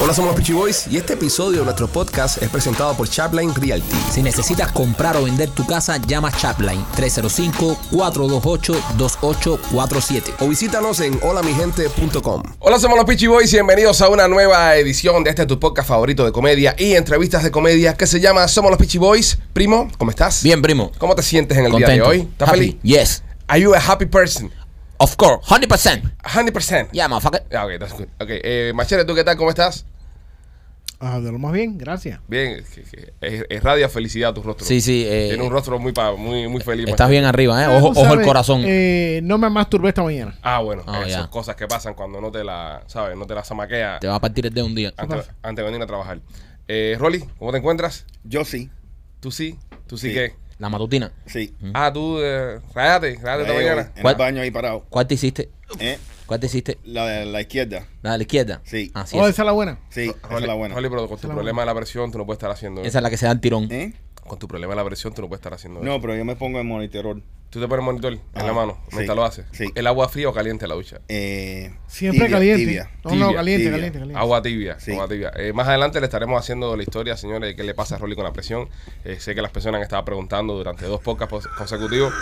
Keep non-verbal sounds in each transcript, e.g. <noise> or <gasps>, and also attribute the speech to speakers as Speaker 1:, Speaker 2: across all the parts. Speaker 1: Hola, somos los Peachy Boys y este episodio de nuestro podcast es presentado por Chapline Realty.
Speaker 2: Si necesitas comprar o vender tu casa, llama Chapline 305-428-2847.
Speaker 1: O visítanos en holamigente.com. Hola, somos los Peachy Boys y bienvenidos a una nueva edición de este tu podcast favorito de comedia y entrevistas de comedia que se llama Somos los Peachy Boys. Primo, ¿cómo estás?
Speaker 2: Bien, primo.
Speaker 1: ¿Cómo te sientes en el día
Speaker 2: Contento.
Speaker 1: de hoy? ¿Estás
Speaker 2: Happy.
Speaker 1: feliz?
Speaker 2: Yes.
Speaker 1: Are you a happy person?
Speaker 2: Of course. 100%.
Speaker 1: 100%.
Speaker 2: Yeah, motherfucker.
Speaker 1: Ah, ok, that's good. Ok, eh, Machere, ¿tú qué tal? ¿Cómo estás?
Speaker 3: Ah, de lo más bien, gracias.
Speaker 1: Bien, es, es- es radia felicidad tu rostro.
Speaker 2: Sí, sí, eh,
Speaker 1: Tiene un rostro muy, pa- muy, muy feliz.
Speaker 2: Estás
Speaker 1: Machere.
Speaker 2: bien arriba, ¿eh?
Speaker 3: Ah,
Speaker 2: Ojo,
Speaker 3: tú
Speaker 2: ojo al
Speaker 3: sabes,
Speaker 2: corazón.
Speaker 3: eh, no me masturbé esta mañana.
Speaker 1: Ah, bueno,
Speaker 2: Ah,
Speaker 1: esas
Speaker 2: ya.
Speaker 1: cosas que pasan cuando no te la, ¿sabes? No te la zamaquea
Speaker 2: Te va a partir el dedo un día.
Speaker 3: Ah,
Speaker 1: antes, antes de venir a trabajar. Eh, Rolly, ¿cómo te encuentras?
Speaker 4: Yo sí,
Speaker 1: ¿Tú sí? ¿Tú sí,
Speaker 4: Sí.
Speaker 1: qué?
Speaker 2: La matutina.
Speaker 4: sí.
Speaker 1: Ah, tú, eh, rayate, rayate esta
Speaker 4: Ahí,
Speaker 1: mañana.
Speaker 4: En
Speaker 2: ¿Cuál?
Speaker 4: el baño ahí parado.
Speaker 2: ¿Cuál te hiciste?
Speaker 4: ¿Eh?
Speaker 2: ¿Cuál te hiciste?
Speaker 4: La de la izquierda.
Speaker 2: La de la izquierda.
Speaker 4: Sí.
Speaker 2: Así
Speaker 3: Oh,
Speaker 2: es.
Speaker 3: esa es la buena.
Speaker 4: Sí, esa es
Speaker 1: Rolly,
Speaker 4: la buena.
Speaker 1: Rolly, pero con tu
Speaker 3: Esa es la
Speaker 1: problema de la presión tú no puedes estar haciendo
Speaker 2: Esa es la que se da el tirón.
Speaker 4: ¿Eh?
Speaker 1: Con tu problema de la presión tú no puedes estar haciendo eso.
Speaker 4: No, pero yo me pongo en monitorol.
Speaker 1: Tú te pones monitor
Speaker 4: Ah,
Speaker 1: en la mano
Speaker 4: sí,
Speaker 1: mientras lo haces.
Speaker 4: sí.
Speaker 1: ¿El agua fría o caliente en la ducha?
Speaker 4: Eh,
Speaker 3: Siempre
Speaker 4: tibia,
Speaker 3: caliente.
Speaker 4: tibia.
Speaker 3: No, no,
Speaker 1: Tibia,
Speaker 3: caliente,
Speaker 4: tibia.
Speaker 3: caliente, caliente.
Speaker 1: Agua tibia,
Speaker 4: Sí.
Speaker 1: agua tibia. Eh, más adelante le estaremos haciendo la historia, señores, de qué le pasa a Rolly con la presión. Eh, sé que las personas han estado preguntando durante dos podcasts pos- consecutivos.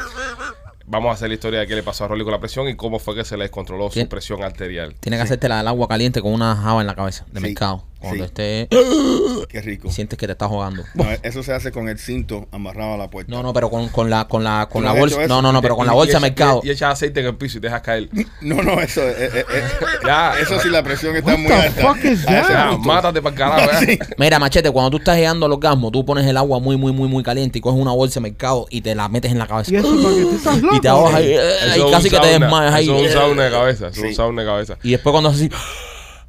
Speaker 1: Vamos a hacer la historia de qué le pasó a Rolly con la presión y cómo fue que se le descontroló su
Speaker 2: ¿Quién?
Speaker 1: presión arterial.
Speaker 2: Tienes que hacerte la del agua caliente con una java en la cabeza de
Speaker 4: Sí,
Speaker 2: mercado. Cuando
Speaker 4: sí.
Speaker 2: esté
Speaker 4: Qué rico.
Speaker 2: y sientes que te estás jugando.
Speaker 4: No, eso se hace con el cinto amarrado a la puerta.
Speaker 2: No, no, pero con, con la con la con
Speaker 4: ¿Tú
Speaker 2: la
Speaker 4: no has
Speaker 2: bolsa.
Speaker 4: hecho eso?
Speaker 2: No, no, no, pero con la
Speaker 1: Y- y
Speaker 2: bolsa de
Speaker 1: echa-
Speaker 2: mercado.
Speaker 1: Y, y echas aceite en el piso y te dejas <laughs> caer.
Speaker 4: <laughs> No, no, eso, eh, eh, eh,
Speaker 1: <laughs> Ya.
Speaker 4: eso sí la presión está
Speaker 3: What
Speaker 4: muy
Speaker 3: the
Speaker 4: alta.
Speaker 3: fuck is
Speaker 4: A ese
Speaker 3: that?
Speaker 1: Ya,
Speaker 4: punto.
Speaker 1: mátate para el carajo.
Speaker 4: Sí.
Speaker 1: ya.
Speaker 2: Mira, machete, cuando tú estás llegando al orgasmo, tú pones el agua muy, muy, muy, muy caliente y coges una bolsa de mercado y te la metes en la cabeza.
Speaker 3: Y eso porque tú estás loco.
Speaker 2: Y te ahogas ahí, eh,
Speaker 1: Eso
Speaker 2: ahí
Speaker 1: es un
Speaker 2: casi que te
Speaker 1: sauna,
Speaker 2: desmayas ahí.
Speaker 1: Eso es un
Speaker 2: eh.
Speaker 1: sauna de cabeza. Eso es un
Speaker 4: Sí.
Speaker 1: sauna de cabeza.
Speaker 2: Y después cuando haces así,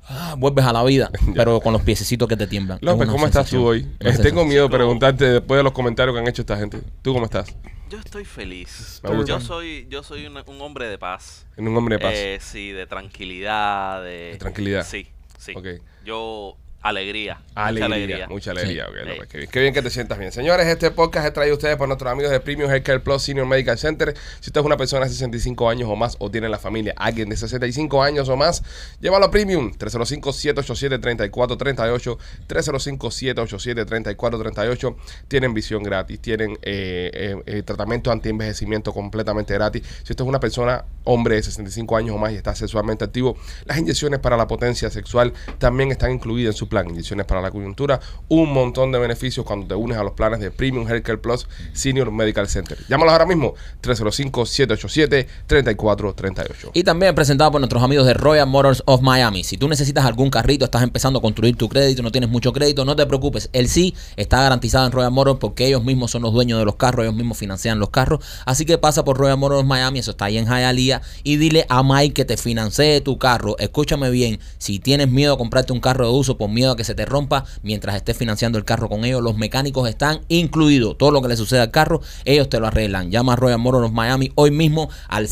Speaker 2: ah, vuelves a
Speaker 1: <laughs>
Speaker 2: la vida, pero con los piececitos que te tiemblan. Es
Speaker 1: López,
Speaker 2: una
Speaker 1: ¿cómo estás tú hoy?
Speaker 2: sensación, una
Speaker 1: Eh, tengo
Speaker 2: sensación.
Speaker 1: miedo de preguntarte después de los comentarios que han hecho esta gente. ¿Tú cómo estás?
Speaker 5: Yo estoy feliz.
Speaker 1: Me gusta.
Speaker 5: Yo soy, yo soy una- un, hombre de paz.
Speaker 1: En un hombre de paz.
Speaker 5: Eh, sí, de tranquilidad, de...
Speaker 1: De tranquilidad.
Speaker 5: Sí, sí.
Speaker 1: Ok.
Speaker 5: Yo, alegría.
Speaker 1: Alegría,
Speaker 5: Mucha alegría.
Speaker 1: mucha alegría.
Speaker 2: Sí.
Speaker 1: ok, López, qué, bien. Qué bien que te sientas bien. Señores, este podcast es traído a ustedes por nuestros amigos de Premium Healthcare Plus Senior Medical Center. Si usted es una persona de 65 años o más o tiene en la familia alguien de 65 años o más, llévalo a Premium 305-787-3438, 305-787-3438. Tienen visión gratis, tienen eh, eh, eh, tratamiento anti-envejecimiento completamente gratis. Si usted es una persona, hombre de 65 años o más y está sexualmente activo, las inyecciones para la potencia sexual también están incluidas en su plan. Inyecciones para la coyuntura, un montón de beneficios cuando te unes a los planes de Premium Healthcare Plus Senior Medical Center. Llámalos ahora mismo, 305-787-3438.
Speaker 2: Y también presentado por nuestros amigos de Royal Motors of Miami. Si tú necesitas algún carrito, estás empezando a construir tu crédito, no tienes mucho crédito, no te preocupes. El sí está garantizado en Royal Motors porque ellos mismos son los dueños de los carros, ellos mismos financian los carros. Así que pasa por Royal Motors of Miami, eso está ahí en Hialeah, y dile a Mike que te financie tu carro. Escúchame bien, si tienes miedo a comprarte un carro de uso por miedo a que se te rompa, mientras estés financiando el carro con ellos, los mecánicos están incluidos. Todo lo que le suceda al carro, ellos te lo arreglan. Llama a Royal Motors of Miami hoy mismo al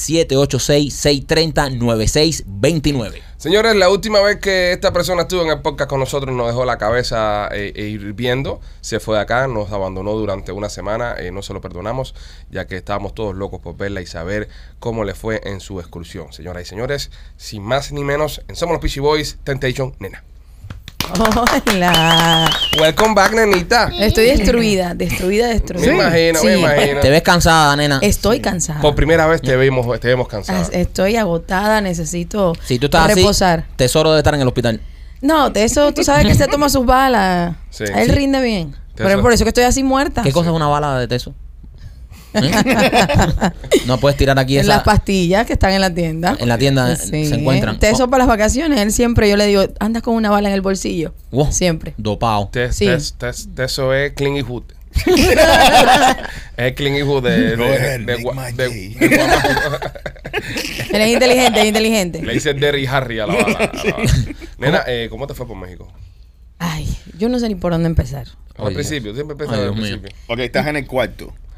Speaker 2: 786-630-9629.
Speaker 1: Señores, la última vez que esta persona estuvo en el podcast con nosotros nos dejó la cabeza eh, eh, hirviendo, se fue de acá, nos abandonó durante una semana, eh, no se lo perdonamos, ya que estábamos todos locos por verla y saber cómo le fue en su excursión. Señoras y señores, sin más ni menos, en Somos los Peachy Boys, Temptation, nena.
Speaker 6: Hola.
Speaker 1: Welcome back, nenita.
Speaker 6: Estoy destruida, destruida, destruida.
Speaker 1: Me imagino, me imagino.
Speaker 2: Te ves cansada, nena.
Speaker 6: Estoy cansada.
Speaker 1: Por primera vez te vemos, te vemos
Speaker 6: Ah,
Speaker 1: cansada.
Speaker 6: Estoy agotada, necesito
Speaker 2: Si tú estás
Speaker 6: reposar.
Speaker 2: así, tesoro debe estar en el hospital.
Speaker 6: No, de eso tú sabes que se toma sus balas.
Speaker 1: Sí.
Speaker 6: Él
Speaker 1: Sí.
Speaker 6: rinde bien. Pero
Speaker 1: Eso-
Speaker 6: es por eso que estoy así muerta.
Speaker 2: ¿Qué cosa es una bala de
Speaker 6: <laughs>
Speaker 2: teso? ¿Eh? no puedes tirar aquí
Speaker 6: En
Speaker 2: esa.
Speaker 6: las pastillas que están en la tienda.
Speaker 2: En la tienda eh,
Speaker 6: Sí.
Speaker 2: se encuentran. Oh.
Speaker 6: Teso para las vacaciones. Él siempre, yo le digo, andas con una bala en el bolsillo.
Speaker 2: Wow.
Speaker 6: Siempre.
Speaker 2: Dopao.
Speaker 1: Test,
Speaker 6: Sí.
Speaker 1: test, test, eso es Clean y
Speaker 6: <laughs>
Speaker 1: Hood. es Clean y Hood de, de, de,
Speaker 4: Robert,
Speaker 1: de-
Speaker 4: make my
Speaker 1: de-
Speaker 4: day.
Speaker 1: de guapa-
Speaker 6: Él es inteligente, es inteligente.
Speaker 1: <laughs> Le dice Derry Harry a la bala. a
Speaker 2: <laughs>
Speaker 1: la bala. Nena, eh, ¿cómo te fue por México?
Speaker 6: Ay, yo no sé ni por dónde empezar.
Speaker 1: Al
Speaker 2: Ay,
Speaker 1: principio, siempre empieza
Speaker 2: Ay,
Speaker 1: al
Speaker 2: Dios mío. Ah,
Speaker 1: principio.
Speaker 4: Ok, estás en el cuarto.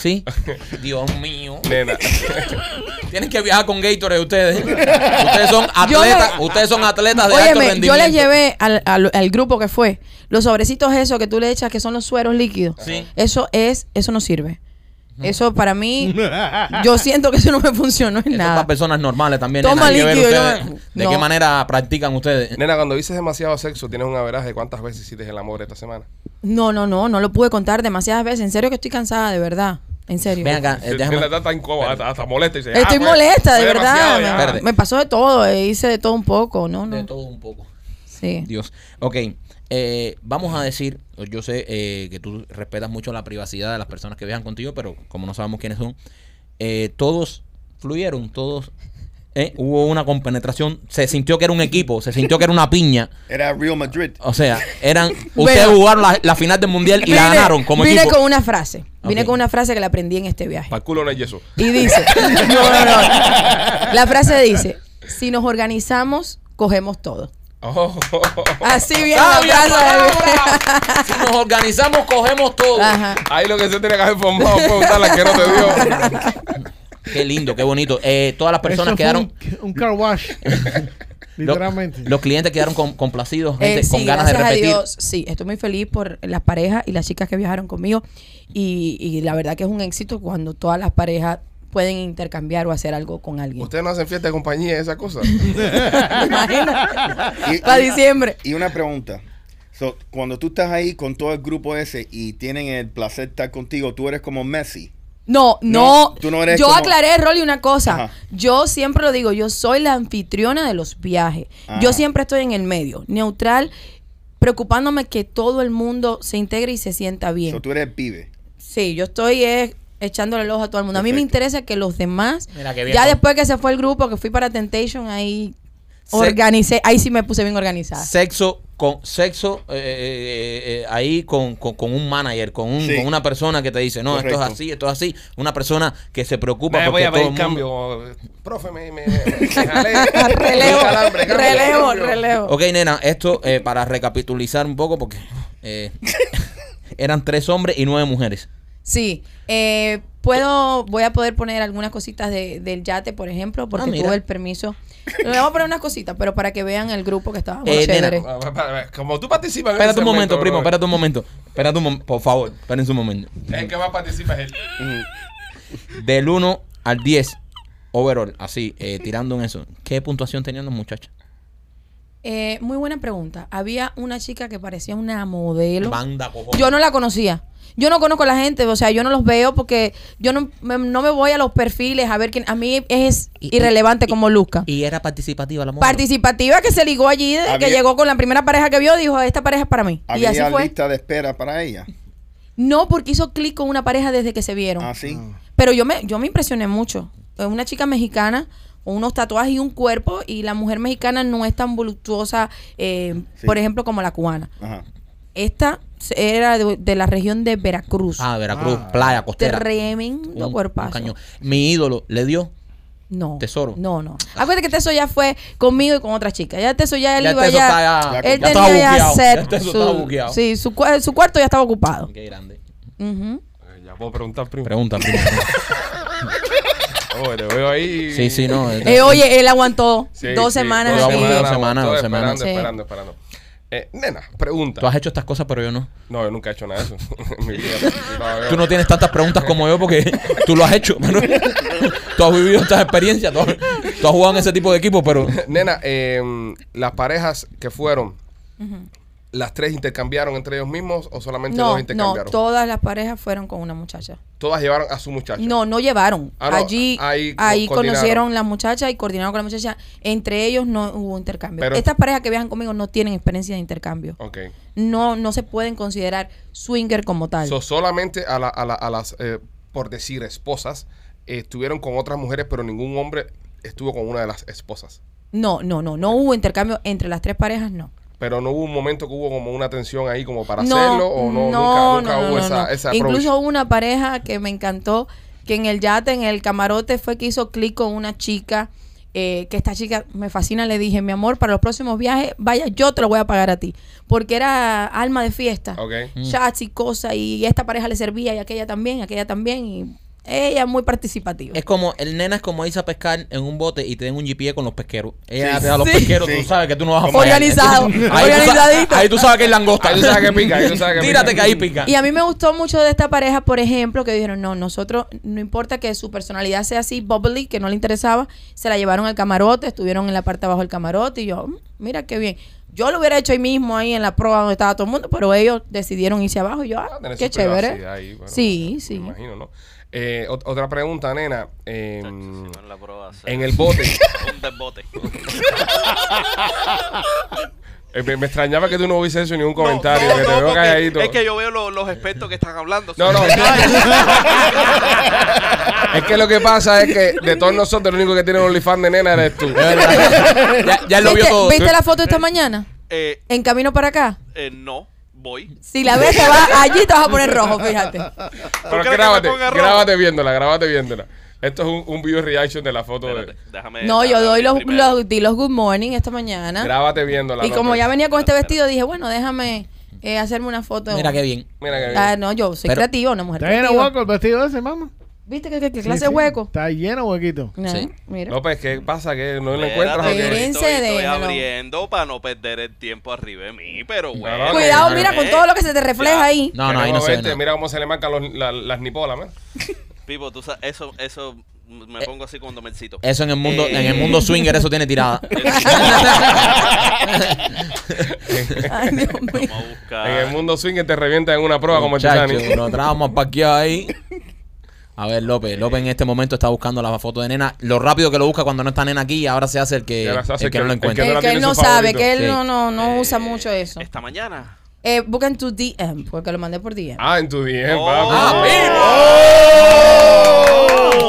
Speaker 2: ¿Sí? Dios mío.
Speaker 1: Nena. <laughs>
Speaker 2: Tienen que viajar con Gatorade ustedes. Ustedes son atletas.
Speaker 6: Yo me-
Speaker 2: Ustedes son atletas de alto
Speaker 6: Óyeme, yo
Speaker 2: rendimiento.
Speaker 6: le llevé al, al- al grupo que fue los sobrecitos esos que tú le echas que son los sueros líquidos.
Speaker 2: Sí.
Speaker 6: Eso es, eso no sirve. Eso para
Speaker 1: <laughs>
Speaker 6: mí, yo siento que eso no me funcionó en
Speaker 2: Eso es para
Speaker 6: nada.
Speaker 2: personas normales también. nena,
Speaker 6: Toma
Speaker 2: hay que ver
Speaker 6: líquido, yo-
Speaker 2: ustedes ¿De qué
Speaker 6: no.
Speaker 2: manera practican ustedes?
Speaker 1: Nena, cuando dices demasiado sexo, tienes un averaje de cuántas veces hiciste el amor esta semana.
Speaker 6: No, no, no, no lo pude contar demasiadas veces. En serio que estoy cansada, de verdad. En serio.
Speaker 2: Ven acá, eh,
Speaker 1: Se-
Speaker 2: déjame-
Speaker 1: Nena está tan incómoda, hasta, hasta molesta. y dice,
Speaker 6: Estoy
Speaker 1: "Ah, fue-
Speaker 6: molesta, de
Speaker 1: fue
Speaker 6: verdad.
Speaker 1: demasiado ya".
Speaker 6: Me-
Speaker 2: Espérate.
Speaker 6: Me, pasó de todo, eh, hice de todo un poco, ¿no? no.
Speaker 2: De todo un poco.
Speaker 6: Sí.
Speaker 2: Dios. Ok, eh, vamos a decir, yo sé eh, que tú respetas mucho la privacidad de las personas que viajan contigo, pero como no sabemos quiénes son, eh, todos fluyeron, todos... eh, hubo una compenetración, se sintió que era un equipo, se sintió que era una piña.
Speaker 4: Era Real Madrid.
Speaker 2: O sea, eran...
Speaker 6: Bueno.
Speaker 2: ustedes jugaron la, la final del mundial y la
Speaker 6: Vine-
Speaker 2: ganaron como
Speaker 6: vine
Speaker 2: equipo.
Speaker 6: con una frase. Vine
Speaker 2: Ok.
Speaker 6: con una frase que la aprendí en este viaje.
Speaker 1: Para el culo no hay yeso. <laughs>
Speaker 6: Y dice,
Speaker 2: <laughs>
Speaker 6: no, no, no. La frase dice, si nos organizamos, cogemos todo.
Speaker 1: Oh,
Speaker 6: Así viene la
Speaker 2: ¡Sabia
Speaker 6: frase.
Speaker 2: palabra! Si nos organizamos, cogemos todo.
Speaker 6: de- Ajá.
Speaker 1: Ahí lo que se tiene que haber formado
Speaker 2: <laughs>
Speaker 1: fue usar la que no te dio.
Speaker 2: Qué lindo, qué bonito. Eh, todas las personas
Speaker 3: Eso fue
Speaker 2: quedaron...
Speaker 3: Un, un car wash.
Speaker 2: Lo-
Speaker 3: Literalmente.
Speaker 2: Los clientes quedaron con- complacidos, gente,
Speaker 6: Eh, sí,
Speaker 2: con ganas de
Speaker 6: gracias a
Speaker 2: repetir.
Speaker 6: Dios. Sí, estoy muy feliz por las parejas y las chicas que viajaron conmigo. Y, y la verdad que es un éxito cuando todas las parejas pueden intercambiar o hacer algo con alguien.
Speaker 1: Ustedes no hacen fiesta de compañía y esas cosas.
Speaker 6: Imagínate.
Speaker 4: Y-
Speaker 6: Para
Speaker 4: y-
Speaker 6: diciembre.
Speaker 4: Y una pregunta. So, cuando tú estás ahí con todo el grupo ese y tienen el placer de estar contigo, tú eres como Messi.
Speaker 6: No,
Speaker 4: No,
Speaker 6: no.
Speaker 4: tú no eres
Speaker 6: yo
Speaker 4: como-
Speaker 6: aclaré, Rolly, una cosa.
Speaker 4: Ajá.
Speaker 6: Yo siempre lo digo, yo soy la anfitriona de los viajes.
Speaker 4: Ah.
Speaker 6: Yo siempre estoy en el medio, neutral, preocupándome que todo el mundo se integre y se sienta bien.
Speaker 4: So, tú eres el pibe.
Speaker 6: Sí, yo estoy eh, echándole el ojo a todo el mundo. A mí me
Speaker 4: Perfecto.
Speaker 6: interesa que los demás,
Speaker 2: Mira qué bien,
Speaker 6: ya
Speaker 2: ¿no?
Speaker 6: después que se fue el grupo, que fui para Temptation, ahí
Speaker 2: Se-
Speaker 6: organicé, ahí sí me puse bien organizada.
Speaker 2: Sexo con sexo eh, eh, eh, ahí con, con- con un manager, con, un-
Speaker 4: Sí.
Speaker 2: con una persona que te dice, no, esto es
Speaker 4: Correcto.
Speaker 2: así, esto es así. Una persona que se preocupa
Speaker 1: Me
Speaker 2: porque
Speaker 1: voy a
Speaker 2: todo
Speaker 1: pedir
Speaker 2: el mundo-
Speaker 1: cambio. Profe, me, me,
Speaker 2: <laughs>
Speaker 1: me jalé.
Speaker 4: <laughs>
Speaker 6: relevo,
Speaker 1: Un calambre, cambio,
Speaker 6: relevo,
Speaker 1: cambio.
Speaker 6: relevo.
Speaker 2: Ok, nena, esto eh, para recapitulizar un poco porque eh, <laughs> eran tres hombres y nueve mujeres.
Speaker 6: Sí, eh, puedo, voy a poder poner algunas cositas de- del yate, por ejemplo, porque
Speaker 2: Ah, mira.
Speaker 6: tuve el permiso. Le vamos a poner unas cositas, pero para que vean el grupo que estábamos
Speaker 2: Eh, nena,
Speaker 6: chévere.
Speaker 1: Ah, pa- pa- Como tú participas. en
Speaker 2: Espérate
Speaker 1: ese
Speaker 2: un momento, primo,
Speaker 1: bro.
Speaker 2: espérate un momento. Espérate un momento, por favor, espérense un momento.
Speaker 1: El que más participa es él.
Speaker 2: Del 1 al 10, overall, así, eh, tirando en eso. ¿Qué puntuación tenían los muchachos?
Speaker 6: Eh, muy buena pregunta. Había una chica que parecía una modelo.
Speaker 2: Banda, cojones.
Speaker 6: Yo no la conocía. Yo no conozco a la gente, o sea, yo no los veo porque yo no me, no me voy a los perfiles a ver quién. A mí es
Speaker 2: Y- y-
Speaker 6: irrelevante como luzca.
Speaker 2: Y era participativa la moda.
Speaker 6: Participativa que se ligó allí, desde
Speaker 4: Había-
Speaker 6: que llegó con la primera pareja que vio, dijo, esta pareja es para mí. Y
Speaker 4: Había
Speaker 6: así fue.
Speaker 4: lista de espera para ella.
Speaker 6: No, porque hizo clic con una pareja desde que se vieron.
Speaker 4: Ah, sí.
Speaker 6: Pero yo me, yo me impresioné mucho. Es Una chica mexicana con unos tatuajes y un cuerpo, y la mujer mexicana no es tan voluptuosa, eh,
Speaker 4: Sí.
Speaker 6: por ejemplo, como la cubana.
Speaker 4: Ajá.
Speaker 6: Esta se- era de, de la región de Veracruz.
Speaker 2: Ah, Veracruz,
Speaker 3: Ah.
Speaker 2: playa, costera.
Speaker 6: Tremendo
Speaker 2: Un-
Speaker 6: cuerpazo.
Speaker 2: un cañón. Mi ídolo le dio.
Speaker 6: No.
Speaker 2: Tesoro. Ah.
Speaker 6: No, no. Acuérdate que Teso ya fue conmigo y con otra chica. Ya Teso ya él
Speaker 2: Ya
Speaker 6: iba
Speaker 2: Teso
Speaker 6: ya.
Speaker 2: está ya-
Speaker 6: él
Speaker 2: ya estaba
Speaker 6: tenía ya
Speaker 2: buqueado.
Speaker 6: set.
Speaker 2: Ya Teso
Speaker 6: su-
Speaker 2: estaba buqueado.
Speaker 6: Sí, su, cua- su cuarto ya estaba ocupado.
Speaker 2: Qué grande.
Speaker 6: Ujú.
Speaker 1: Eh, Ya puedo preguntar, primo. <laughs>
Speaker 2: Pregunta. primo.
Speaker 1: Oh, le veo ahí.
Speaker 2: sí, sí, no.
Speaker 6: Eh, oye, él aguantó
Speaker 1: Sí,
Speaker 6: dos
Speaker 1: sí,
Speaker 6: semanas
Speaker 2: dos
Speaker 6: ahí.
Speaker 2: semanas, dos
Speaker 1: Estoy
Speaker 2: semanas,
Speaker 1: Esperando,
Speaker 6: Sí.
Speaker 1: esperando, esperando. Eh, nena, pregunta.
Speaker 2: Tú has hecho estas cosas, pero yo no.
Speaker 1: No, yo nunca he hecho nada de eso. <laughs> en Mi vida. No,
Speaker 2: <laughs> Tú
Speaker 1: yo-
Speaker 2: no tienes tantas preguntas como yo porque <laughs> tú lo has hecho. pero <laughs> tú has vivido estas experiencias. Tú has, tú has jugado en ese tipo de equipos, pero.
Speaker 1: Nena, eh, las parejas que fueron, ¿las tres intercambiaron entre ellos mismos o solamente
Speaker 6: No,
Speaker 1: dos
Speaker 6: no,
Speaker 1: intercambiaron?
Speaker 6: todas las parejas fueron con una muchacha.
Speaker 1: Todas llevaron a su muchacho.
Speaker 6: No, no llevaron.
Speaker 1: Ah, no,
Speaker 6: Allí
Speaker 1: ahí
Speaker 6: ahí,
Speaker 1: co- coordinaron.
Speaker 6: conocieron la muchacha y coordinaron con la muchacha. Entre ellos no hubo intercambio.
Speaker 1: Pero-
Speaker 6: Estas parejas que viajan conmigo no tienen experiencia de intercambio.
Speaker 1: Ok.
Speaker 6: No, no se pueden considerar swinger como tal.
Speaker 1: So, solamente a, la- a la- a las, eh, por decir, esposas, eh, estuvieron con otras mujeres, pero ningún hombre estuvo con una de las esposas.
Speaker 6: No, no, no, no hubo intercambio entre las tres parejas, no.
Speaker 1: Pero no hubo un momento que hubo como una tensión ahí como para
Speaker 6: no,
Speaker 1: hacerlo o no, nunca, nunca hubo esa, esa approach.
Speaker 6: Incluso hubo una pareja que me encantó, que en el yate, en el camarote, fue que hizo clic con una chica. eh, que esta chica me fascina, le dije, mi amor, para los próximos viajes, vaya, yo te lo voy a pagar a ti. Porque era alma de fiesta.
Speaker 1: Ok. Mm.
Speaker 6: Chats y cosas, y esta pareja le servía, y aquella también, y aquella también, y ella muy participativa.
Speaker 2: Es como, el nena es como irse a pescar en un bote y te den un GPS con los pesqueros. Ella
Speaker 4: Sí.
Speaker 2: te da a los
Speaker 6: Sí.
Speaker 2: pesqueros,
Speaker 4: Sí.
Speaker 2: tú sabes que tú no vas a
Speaker 4: Como
Speaker 2: fallar.
Speaker 6: Organizado,
Speaker 2: Ahí tú sa-
Speaker 6: organizadito.
Speaker 2: Ahí tú sabes que es langosta.
Speaker 1: Ahí tú sabes que pica, ahí tú sabes que pica.
Speaker 2: Tírate que ahí pica.
Speaker 6: Y a mí me gustó mucho de esta pareja, por ejemplo, que dijeron, no, nosotros, no importa que su personalidad sea así, bubbly, que no le interesaba, se la llevaron al camarote, estuvieron en la parte de abajo del camarote y yo, "Mm, mira qué bien. Yo lo hubiera hecho ahí mismo, ahí en la proa donde estaba todo el mundo, pero ellos decidieron irse abajo y yo, ah,
Speaker 1: Ah, tener
Speaker 6: qué
Speaker 1: su
Speaker 6: chévere.
Speaker 1: privacidad ahí, bueno,
Speaker 6: sí,
Speaker 1: Me
Speaker 6: sí.
Speaker 1: imagino, ¿no? Eh, ot- otra pregunta, nena. Eh,
Speaker 5: Chacho, si no en la prueba, se-
Speaker 1: en el bote.
Speaker 5: Un
Speaker 1: <laughs>
Speaker 5: desbote.
Speaker 1: eh, me, me extrañaba que tú no hubiese hecho ningún
Speaker 5: No,
Speaker 1: comentario.
Speaker 5: no,
Speaker 1: que te
Speaker 5: no,
Speaker 1: veo
Speaker 5: porque
Speaker 1: calladito.
Speaker 5: Es que yo veo lo- los expertos que están hablando.
Speaker 1: No,
Speaker 5: <laughs>
Speaker 1: no. es que lo que pasa es que de todos nosotros, el único que tiene un OnlyFans de nena eres tú.
Speaker 2: ya, ya lo vio
Speaker 6: ¿Viste,
Speaker 2: todo.
Speaker 6: viste la foto esta mañana?
Speaker 5: Eh,
Speaker 6: En camino para acá.
Speaker 5: eh, no, voy.
Speaker 6: Si la ves, te va, allí te vas a poner rojo,
Speaker 2: <laughs>
Speaker 6: fíjate.
Speaker 1: Pero
Speaker 5: crees que me
Speaker 1: grábate,
Speaker 5: ponga rojo?
Speaker 1: grábate viéndola, grábate viéndola. Esto es un, un video reaction de la foto de.
Speaker 5: Espérate, déjame.
Speaker 6: No, yo doy los,
Speaker 5: primero.
Speaker 6: los- di los good morning esta mañana.
Speaker 1: Grábate viéndola.
Speaker 6: ¿Ah? Y como
Speaker 1: López.
Speaker 6: ya venía con este vestido, dije, bueno, déjame eh, hacerme una foto.
Speaker 2: Mira qué bien.
Speaker 1: Mira que bien.
Speaker 6: Ah, no, yo soy
Speaker 2: Pero-
Speaker 6: creativa, una mujer
Speaker 3: Está lleno
Speaker 6: creativa.
Speaker 3: hueco el vestido ese, mamá.
Speaker 6: ¿Viste que, que- que
Speaker 3: Sí,
Speaker 6: clase
Speaker 3: sí.
Speaker 6: hueco?
Speaker 3: Está lleno
Speaker 4: <laughs>
Speaker 3: huequito.
Speaker 6: Nah,
Speaker 2: Sí.
Speaker 6: Mira.
Speaker 1: López, pues, ¿qué pasa? que ¿No lo
Speaker 5: Espérate,
Speaker 1: encuentras o
Speaker 5: que
Speaker 1: qué?
Speaker 6: Miren.
Speaker 5: Estoy, estoy
Speaker 6: Déjenlo.
Speaker 5: abriendo para no perder el tiempo arriba de mí, pero bueno.
Speaker 6: Cuidado, mira,
Speaker 5: Eh,
Speaker 6: con todo lo que se te refleja
Speaker 5: ya.
Speaker 6: ahí.
Speaker 2: No, no, ahí no
Speaker 1: Queremos
Speaker 2: se ve
Speaker 1: verte,
Speaker 2: nada.
Speaker 1: Mira cómo se le marcan los- la- las nipolas, man.
Speaker 5: Pipo, tú sabes, eso, eso me
Speaker 6: Eh,
Speaker 5: pongo así con domercito.
Speaker 2: Eso en el mundo,
Speaker 5: Eh,
Speaker 2: en el mundo swinger, eso tiene tirada. <laughs> <laughs>
Speaker 6: Ay, Dios
Speaker 5: Vamos
Speaker 6: mío.
Speaker 5: a buscar.
Speaker 1: En el mundo swing te revienta en una prueba como el
Speaker 2: Muchacho,
Speaker 1: Titanic.
Speaker 2: nos trabamos pa' aquí ahí. A ver, López. López en este momento está buscando la foto de nena. Lo rápido que lo busca cuando no está nena aquí, ahora se hace el que,
Speaker 1: Y ahora se hace
Speaker 2: el que
Speaker 1: el
Speaker 2: no
Speaker 1: <laughs>
Speaker 2: lo
Speaker 1: que- el que la
Speaker 2: encuentra.
Speaker 6: Que, que él
Speaker 1: tiene
Speaker 6: no
Speaker 1: su
Speaker 6: sabe,
Speaker 1: favorito.
Speaker 6: que él
Speaker 2: Sí.
Speaker 6: no, no, no
Speaker 5: Eh,
Speaker 6: usa mucho eso.
Speaker 5: Esta mañana.
Speaker 6: Eh, busca en tu DM, porque lo mandé por DM.
Speaker 1: Ah, en tu 10,
Speaker 5: Oh.
Speaker 1: papi. Oh.
Speaker 5: Ah,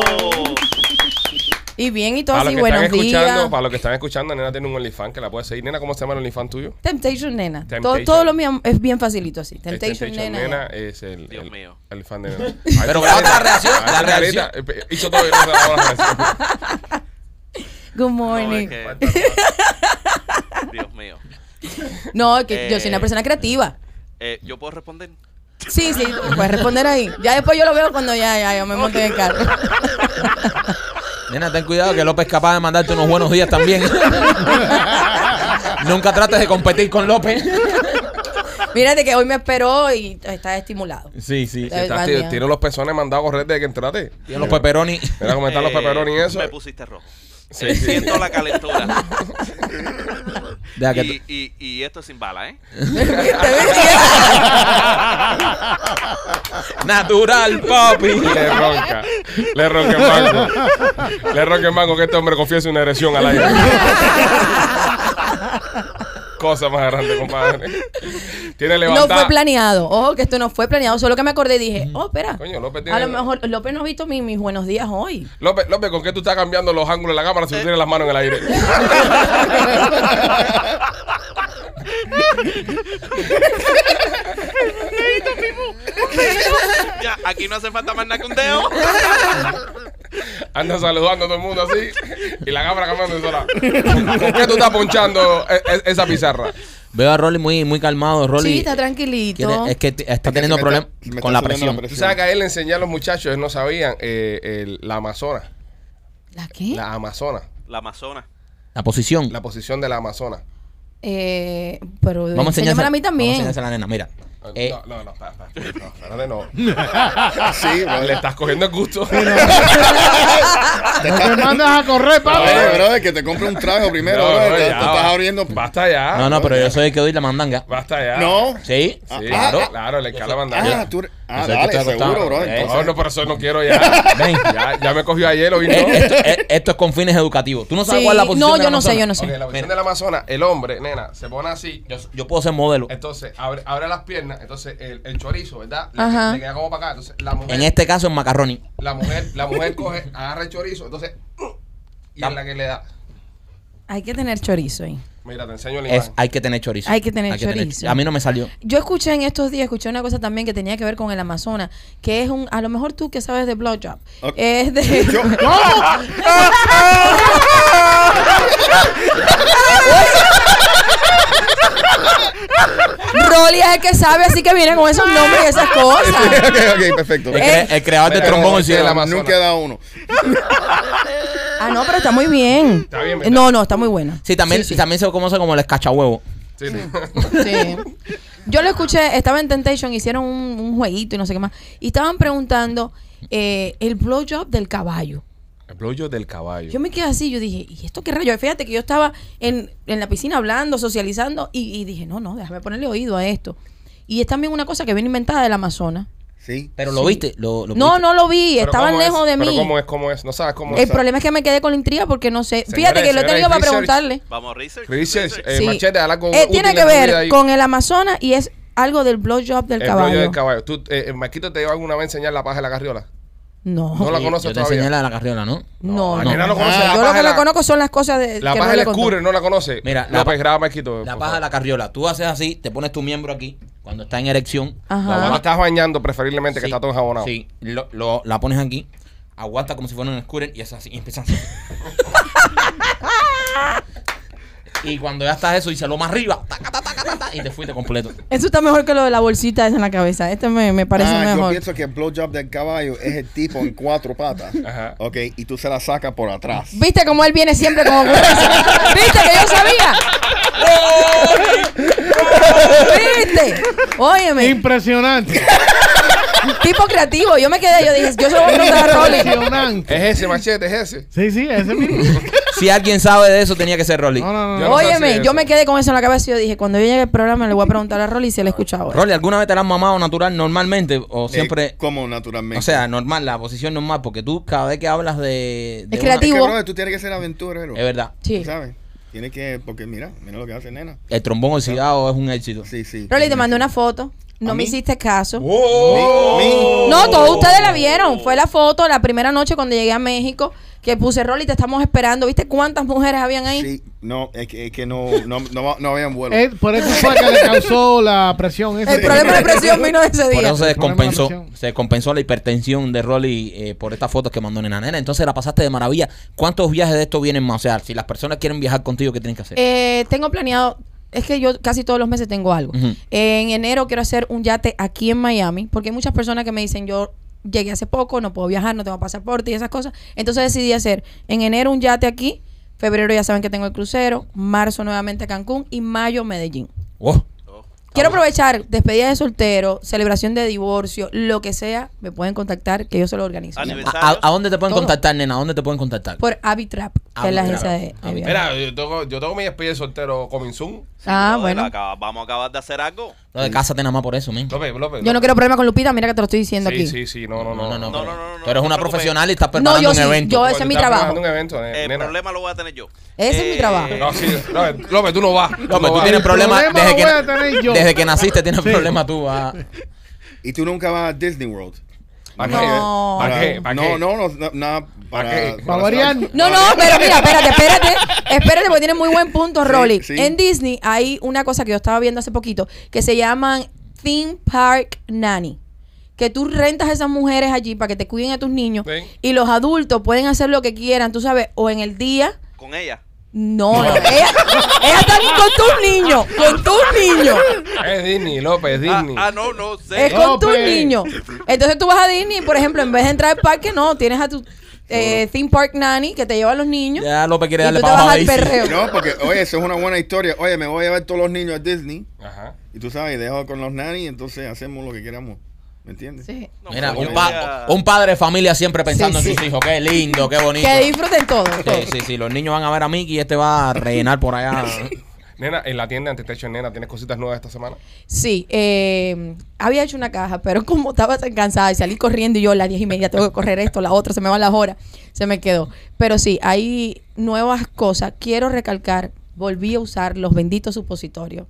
Speaker 6: Y bien y todo
Speaker 1: Para los
Speaker 6: así,
Speaker 1: que
Speaker 6: buenos
Speaker 1: están escuchando,
Speaker 6: días.
Speaker 1: para los que están escuchando, Nena tiene un OnlyFans que la puede seguir. Nena, ¿cómo se llama el OnlyFans tuyo?
Speaker 6: Temptation Nena. Todo-
Speaker 1: Temptation.
Speaker 6: Todo, lo mío es bien facilito así.
Speaker 1: Es
Speaker 6: Temptation, Nena.
Speaker 1: Este, es el,
Speaker 5: Dios
Speaker 1: el-
Speaker 5: mío.
Speaker 1: el fan
Speaker 6: <laughs>
Speaker 1: de Nena.
Speaker 2: Pero grabate la reacción, la reacción.
Speaker 1: Eh, Hizo todo y no se grabó la reacción.
Speaker 6: Good
Speaker 5: No,
Speaker 6: morning.
Speaker 5: es que- Dios mío.
Speaker 6: No, que yo soy una
Speaker 5: Eh,
Speaker 6: persona creativa.
Speaker 5: Eh, ¿Yo puedo responder?
Speaker 6: Sí, sí, puedes responder ahí. Ya después yo lo veo cuando ya, ya, yo me monte en el carro.
Speaker 2: Nena, ten cuidado que López es capaz de mandarte unos buenos días también. Nunca trates de competir con López.
Speaker 6: Mírate que hoy me esperó y está estimulado. <laughs>
Speaker 2: Sí, sí.
Speaker 6: Ay,
Speaker 1: Estás-
Speaker 6: Dios mío.
Speaker 1: Tiro los pezones mandados a correr desde que entraste.
Speaker 2: Tío, los peperoni.
Speaker 1: Mira cómo están los
Speaker 5: Eh,
Speaker 1: peperones y eso.
Speaker 5: Me pusiste rojo.
Speaker 1: Sí,
Speaker 5: Eh,
Speaker 1: sí.
Speaker 5: Siento la
Speaker 6: <laughs>
Speaker 5: calentura.
Speaker 2: Deja que
Speaker 5: y, y, y esto es sin bala, ¿eh?
Speaker 1: <laughs>
Speaker 6: ¿Viste? ¿Viste?
Speaker 2: tú-
Speaker 1: <laughs>
Speaker 2: Natural, papi.
Speaker 1: Le ronca. Le ronca el mango. Le ronca el mango que este hombre confiese una erección al
Speaker 6: <laughs>
Speaker 1: aire. Cosa más grande, compadre. Tiene
Speaker 6: No
Speaker 1: levantada.
Speaker 6: fue planeado. Ojo, que esto no fue planeado. Solo que me acordé y dije, oh, espera.
Speaker 1: Coño, López tiene-
Speaker 6: A lo mejor López no ha visto mi- mis buenos días hoy.
Speaker 1: López, López, ¿con qué tú estás cambiando los ángulos de la cámara si tú tienes las manos en el aire? <laughs>
Speaker 5: Ya, aquí no hace falta más nada que un dedo.
Speaker 1: Anda saludando a todo el mundo así y la cámara cambiando sola. ¿Con, con qué tú estás ponchando e- e- esa pizarra?
Speaker 2: Veo a Rolly muy, muy calmado. Rolly.
Speaker 6: Sí, está tranquilito.
Speaker 2: Tiene- es que t- está
Speaker 4: que
Speaker 2: teniendo
Speaker 4: se me
Speaker 2: problemas
Speaker 4: está- se me
Speaker 2: con
Speaker 4: está
Speaker 2: la
Speaker 4: subiendo
Speaker 2: presión.
Speaker 4: la
Speaker 1: Tú sabes que a él le enseñé a los muchachos, ellos no sabían, eh, el- la Amazona.
Speaker 6: ¿La qué?
Speaker 1: La Amazona.
Speaker 5: La Amazona.
Speaker 2: La posición.
Speaker 1: La posición de la Amazona.
Speaker 6: Eh, pero
Speaker 2: Vamos a enseñársela
Speaker 6: enséñamela a mí
Speaker 2: Vamos a
Speaker 6: también.
Speaker 2: enseñársela a la nena, mira. Eh,
Speaker 1: no, no, no, espera, espera, espera, no, espérate, no.
Speaker 4: Sí,
Speaker 1: Ah, Le
Speaker 4: brother.
Speaker 1: estás cogiendo el gusto.
Speaker 4: Te
Speaker 3: No te
Speaker 4: estás-
Speaker 3: mandas a correr,
Speaker 4: A
Speaker 3: papi.
Speaker 4: ver, brother, que te compre un trago primero,
Speaker 1: No,
Speaker 4: brother.
Speaker 1: no,
Speaker 4: te,
Speaker 1: ya
Speaker 4: te
Speaker 1: va.
Speaker 4: estás abriendo.
Speaker 1: Basta ya.
Speaker 2: no, no, pero yo soy el que doy la mandanga.
Speaker 1: Basta ya.
Speaker 4: No.
Speaker 2: Sí,
Speaker 1: ah, Sí,
Speaker 4: Ah,
Speaker 1: claro,
Speaker 4: ah,
Speaker 1: claro, le escala mandando.
Speaker 4: Ah, tú. eres-
Speaker 2: Yo
Speaker 4: Ah,
Speaker 2: sé que
Speaker 4: dale,
Speaker 2: estoy acostado.
Speaker 4: seguro, bro.
Speaker 2: Eh,
Speaker 1: No,
Speaker 4: Entonces,
Speaker 1: no, por eso no quiero ya.
Speaker 2: ven.
Speaker 1: Ya, ya me cogió ayer, hoy no.
Speaker 2: Eh, esto, eh, esto es con fines educativos. Tú no sabes
Speaker 6: Sí,
Speaker 2: cuál es la posición.
Speaker 6: no,
Speaker 2: de la
Speaker 6: yo no sé,
Speaker 2: Amazona?
Speaker 6: yo no sé.
Speaker 1: Ok, la posición del Amazonas, el hombre, nena, se pone así.
Speaker 2: Yo, yo puedo ser modelo.
Speaker 1: Entonces, abre, abre las piernas. Entonces, el, el chorizo, ¿verdad? Le,
Speaker 6: Ajá.
Speaker 1: le queda como para acá. Entonces, la mujer,
Speaker 2: En este caso es macarroni.
Speaker 1: la mujer, la mujer coge, agarra el chorizo. Entonces, y es la que le da.
Speaker 6: Hay que tener chorizo ahí.
Speaker 1: Mira, te enseño la
Speaker 2: Es,
Speaker 1: imagen.
Speaker 2: hay que tener chorizo.
Speaker 6: Hay que tener chorizo.
Speaker 2: A mí no me salió.
Speaker 6: Yo escuché en estos días, escuché una cosa también que tenía que ver con el Amazonas, que es un, a
Speaker 1: <laughs>
Speaker 6: lo <laughs> mejor tú que sabes de blowjob,
Speaker 4: Ok.
Speaker 6: es de...
Speaker 4: Yo-
Speaker 3: ¿Cómo?
Speaker 6: el que sabe, así que viene con esos nombres y esas
Speaker 1: <laughs>
Speaker 6: cosas.
Speaker 4: <laughs> ok, ok, perfecto.
Speaker 2: El, cre- el creador del
Speaker 1: Mira,
Speaker 2: Eh, trombón
Speaker 1: no,
Speaker 2: en
Speaker 1: este es la
Speaker 2: cielo.
Speaker 1: ma- Amazonas.
Speaker 4: Nunca he dado uno.
Speaker 6: Ah, no, pero está muy bien.
Speaker 1: Está bien, ¿verdad?
Speaker 6: No, no, está muy buena.
Speaker 2: Sí, también, también se conoce como el escachahuevo.
Speaker 1: Sí, sí.
Speaker 6: Sí. Yo lo escuché, estaba en Temptation, hicieron un, un jueguito y no sé qué más. Y estaban preguntando eh, el blowjob del caballo.
Speaker 1: El blowjob del caballo.
Speaker 6: Yo me quedé así, yo dije, ¿y esto qué rayo? Fíjate que yo estaba en, en la piscina hablando, socializando, y, y dije, no, no, déjame ponerle oído a esto. Y es también una cosa que viene inventada del Amazonas.
Speaker 4: Sí.
Speaker 2: Pero lo viste, lo, lo
Speaker 6: No,
Speaker 2: viste.
Speaker 6: no lo vi,
Speaker 1: Pero
Speaker 6: estaban
Speaker 1: ¿cómo es?
Speaker 6: lejos de mí.
Speaker 1: Pero ¿cómo es? ¿Cómo es? No sabes cómo
Speaker 6: el
Speaker 1: es.
Speaker 6: problema es que me quedé con la intriga porque no sé.
Speaker 1: Señores,
Speaker 6: Fíjate que lo he
Speaker 1: señores,
Speaker 6: tenido para
Speaker 1: research.
Speaker 6: preguntarle.
Speaker 5: Vamos, research.
Speaker 1: Research, eh,
Speaker 6: Sí.
Speaker 1: machete, haz algo
Speaker 6: Eh,
Speaker 1: útil
Speaker 6: tiene
Speaker 1: en
Speaker 6: que
Speaker 1: tu vida ahí.
Speaker 6: ver con el Amazonas y es algo del blowjob del
Speaker 1: El
Speaker 6: caballo.
Speaker 1: blowjob del caballo. ¿Tú, eh, eh, Marquito, te iba alguna vez a enseñar la paja de la carriola?
Speaker 6: No.
Speaker 1: No la
Speaker 2: Sí,
Speaker 1: conoces
Speaker 2: Yo te
Speaker 1: todavía.
Speaker 2: enseñé la de la carriola, ¿no?
Speaker 6: No,
Speaker 1: la
Speaker 6: no. Ah,
Speaker 1: nena no
Speaker 6: Yo
Speaker 1: conoce la
Speaker 6: lo
Speaker 1: paja
Speaker 6: que
Speaker 1: de
Speaker 6: le
Speaker 1: la-
Speaker 6: conozco son las cosas de,
Speaker 1: La
Speaker 6: que
Speaker 1: paja
Speaker 6: no
Speaker 1: del
Speaker 6: le contó.
Speaker 1: escure, ¿no la conoce?
Speaker 2: Mira,
Speaker 1: la
Speaker 2: la pa-
Speaker 1: paja graba, Marquito.
Speaker 2: La
Speaker 1: por
Speaker 2: paja de
Speaker 1: favor.
Speaker 2: la carriola. Tú haces así, te pones tu miembro aquí, cuando está en erección.
Speaker 6: Ajá.
Speaker 1: Cuando estás bañando, preferiblemente, que
Speaker 2: Sí,
Speaker 1: está todo enjabonado.
Speaker 2: Sí, lo, lo- la pones aquí, aguanta como si fuera un scooter y es así, y empiezas <laughs> así. y cuando ya estás eso, dice lo más arriba, taca, taca, taca, taca, y te fuiste completo.
Speaker 6: Eso está mejor que lo de la bolsita esa en la cabeza. Este me, me parece
Speaker 4: Ah, yo
Speaker 6: mejor.
Speaker 4: pienso que el blowjob del caballo es el tipo en cuatro
Speaker 2: <laughs>
Speaker 4: patas.
Speaker 1: Ajá.
Speaker 4: Ok, y tú se la sacas por atrás.
Speaker 6: ¿Viste cómo él viene siempre como ocurrencia? <laughs> ¿Viste que yo sabía? ¿Viste? Óyeme,
Speaker 3: Impresionante.
Speaker 6: tipo creativo. Yo me quedé, yo dije, yo se lo voy a preguntar a
Speaker 3: <laughs>
Speaker 6: Rolly.
Speaker 3: Impresionante.
Speaker 1: Es ese, machete, es ese.
Speaker 3: Sí, sí, ese mismo.
Speaker 2: Si alguien sabe de eso, tenía que ser Rolly.
Speaker 3: No, no, no.
Speaker 1: Yo no sé si
Speaker 6: Óyeme,
Speaker 1: es
Speaker 6: yo
Speaker 1: eso.
Speaker 6: me quedé con eso en la cabeza y yo dije, cuando yo llegue al programa le voy a preguntar a Rolly si él ha escuchado eso.
Speaker 2: Rolly, ¿alguna vez te la han mamado natural normalmente o
Speaker 4: Eh,
Speaker 2: siempre...
Speaker 4: como naturalmente.
Speaker 2: o sea, normal, la posición normal, porque tú cada vez que hablas de... de una-
Speaker 6: Es
Speaker 4: es que,
Speaker 6: creativo.
Speaker 4: brother, tú tienes que ser aventurero.
Speaker 2: es verdad.
Speaker 6: Sí.
Speaker 4: ¿Sabes? Tienes que, porque mira, mira lo que hace nena.
Speaker 2: El trombón oxidado es un éxito.
Speaker 4: Sí, sí.
Speaker 6: Rolly, te mandé una
Speaker 4: ¿A
Speaker 6: foto. No
Speaker 4: mí?
Speaker 6: me hiciste caso.
Speaker 1: ¡Oh!
Speaker 4: Mi-
Speaker 6: No, todos ustedes la vieron. Fue la foto la primera noche cuando llegué a México que puse Rolly, te estamos esperando. ¿Viste cuántas mujeres habían ahí?
Speaker 4: Sí, no, es que, es que no, no, no, no habían vuelo.
Speaker 3: Eh, por eso fue que le causó la presión. Esa.
Speaker 6: El problema
Speaker 3: <laughs>
Speaker 6: de presión vino de ese
Speaker 2: Por
Speaker 6: día.
Speaker 2: eso se descompensó,
Speaker 3: Problema de presión.
Speaker 2: se descompensó la hipertensión de Rolly eh, por estas fotos que mandó Nena Nena. Entonces la pasaste de maravilla. ¿Cuántos viajes de estos vienen más? O sea, si las personas quieren viajar contigo, ¿qué tienen que hacer?
Speaker 6: Eh, tengo planeado, es que yo casi todos los meses tengo algo.
Speaker 2: Este. Ujú.
Speaker 6: En enero quiero hacer un yate aquí en Miami, porque hay muchas personas que me dicen, yo llegué hace poco, no puedo viajar, no tengo pasaporte y esas cosas. Entonces decidí hacer en enero un yate aquí, febrero ya saben que tengo el crucero, marzo nuevamente Cancún y mayo Medellín.
Speaker 2: Oh,
Speaker 1: eh.
Speaker 5: Oh.
Speaker 6: Quiero aprovechar despedida de soltero, celebración de divorcio, lo que sea, me pueden contactar que yo se lo organizo.
Speaker 5: Aniversario.
Speaker 2: ¿A, a- a dónde te pueden
Speaker 6: Todo.
Speaker 2: contactar, Nena? ¿A dónde te pueden contactar?
Speaker 6: Por Abitrap, que es la
Speaker 2: Abitrap.
Speaker 6: agencia de- de,
Speaker 2: Abitrap.
Speaker 6: viajes.
Speaker 1: Mira, yo tengo, yo tengo mi despedida de soltero coming soon.
Speaker 5: Sí,
Speaker 6: Ah,
Speaker 5: brother,
Speaker 6: bueno.
Speaker 5: acaba- vamos a acabar de hacer algo.
Speaker 2: Lo de cásate nada más por eso, men.
Speaker 1: López, López.
Speaker 6: Yo no quiero problema con Lupita, mira que te lo estoy
Speaker 1: Sí,
Speaker 6: diciendo aquí.
Speaker 1: sí, sí. No, no, no.
Speaker 2: No, no,
Speaker 5: no,
Speaker 2: pero
Speaker 5: no, no,
Speaker 2: Tú eres
Speaker 5: no te
Speaker 2: una
Speaker 5: preocupes.
Speaker 2: profesional y estás
Speaker 6: No,
Speaker 2: preparando
Speaker 6: yo
Speaker 2: un
Speaker 6: sí,
Speaker 2: evento.
Speaker 6: yo
Speaker 1: Tú
Speaker 6: ese es mi
Speaker 1: estás
Speaker 6: trabajo.
Speaker 1: trabajando en un evento, eh,
Speaker 5: El
Speaker 1: nena.
Speaker 5: problema lo voy a tener yo. Eh,
Speaker 6: Ese es mi trabajo.
Speaker 1: No, sí, López, López, tú no vas.
Speaker 2: López,
Speaker 1: no
Speaker 2: tú
Speaker 1: vas.
Speaker 2: tienes problemas
Speaker 3: problema
Speaker 2: desde,
Speaker 3: lo
Speaker 2: que,
Speaker 3: voy a tener yo.
Speaker 2: desde que naciste, tienes problemas tú. ah.
Speaker 4: Y tú nunca vas a Disney World.
Speaker 1: ¿Para
Speaker 6: No.
Speaker 1: qué? ¿Para qué? ¿Para qué?
Speaker 4: No, no, no, na- nada.
Speaker 1: qué?
Speaker 4: Para,
Speaker 1: Para
Speaker 4: para-
Speaker 3: variar.
Speaker 6: No, no, pero mira, espérate, espérate. Espérate, porque tiene muy buen punto, Rolly.
Speaker 4: sí.
Speaker 6: En Disney hay una cosa que yo estaba viendo hace poquito que se llaman Theme Park Nanny. Que tú rentas a esas mujeres allí para que te cuiden a tus niños.
Speaker 1: Sí.
Speaker 6: Y los adultos pueden hacer lo que quieran, tú sabes, o en el día.
Speaker 5: Con ella. Ah,
Speaker 6: No, no. Ella, ella está aquí con tus niños. Con tus niños.
Speaker 1: Es Disney, López, es
Speaker 5: Ah,
Speaker 1: Disney.
Speaker 5: ah, no, no sé.
Speaker 6: Es con tus
Speaker 3: López.
Speaker 6: niños. Entonces tú vas a Disney, por ejemplo, en vez de entrar al parque, no, tienes a tu eh, Theme Park Nanny que te lleva a los niños.
Speaker 2: Ya López quiere
Speaker 6: Y
Speaker 2: darle
Speaker 6: tú te
Speaker 2: para abajo
Speaker 6: vas
Speaker 2: a
Speaker 6: al
Speaker 2: Daisy.
Speaker 4: <laughs>
Speaker 6: perreo.
Speaker 4: No, porque, oye, eso es una buena historia. Oye, me voy a llevar todos los niños a Disney.
Speaker 1: Ajá.
Speaker 4: Y tú sabes, dejo con los nannies, entonces hacemos lo que queramos. ¿Me entiendes?
Speaker 6: Sí.
Speaker 5: No,
Speaker 2: Mira,
Speaker 5: coño,
Speaker 2: un, pa-
Speaker 5: ella-
Speaker 2: un padre de familia siempre pensando
Speaker 6: Sí,
Speaker 2: en sus
Speaker 6: sí.
Speaker 2: hijos. Qué lindo, qué bonito.
Speaker 6: Que disfruten todo. todo.
Speaker 2: Sí, sí, sí. Los niños van a ver a Mickey y este va a rellenar por <laughs> allá.
Speaker 1: Nena, en la tienda Antetecho, nena, ¿tienes cositas nuevas esta semana?
Speaker 6: Sí, eh, había hecho una caja, pero <laughs> como estaba tan cansada y salí corriendo y yo a las diez y media tengo que correr esto, la otra, se me van las horas, se me quedó. Pero sí, hay nuevas cosas. Quiero recalcar, volví a usar los benditos supositorios.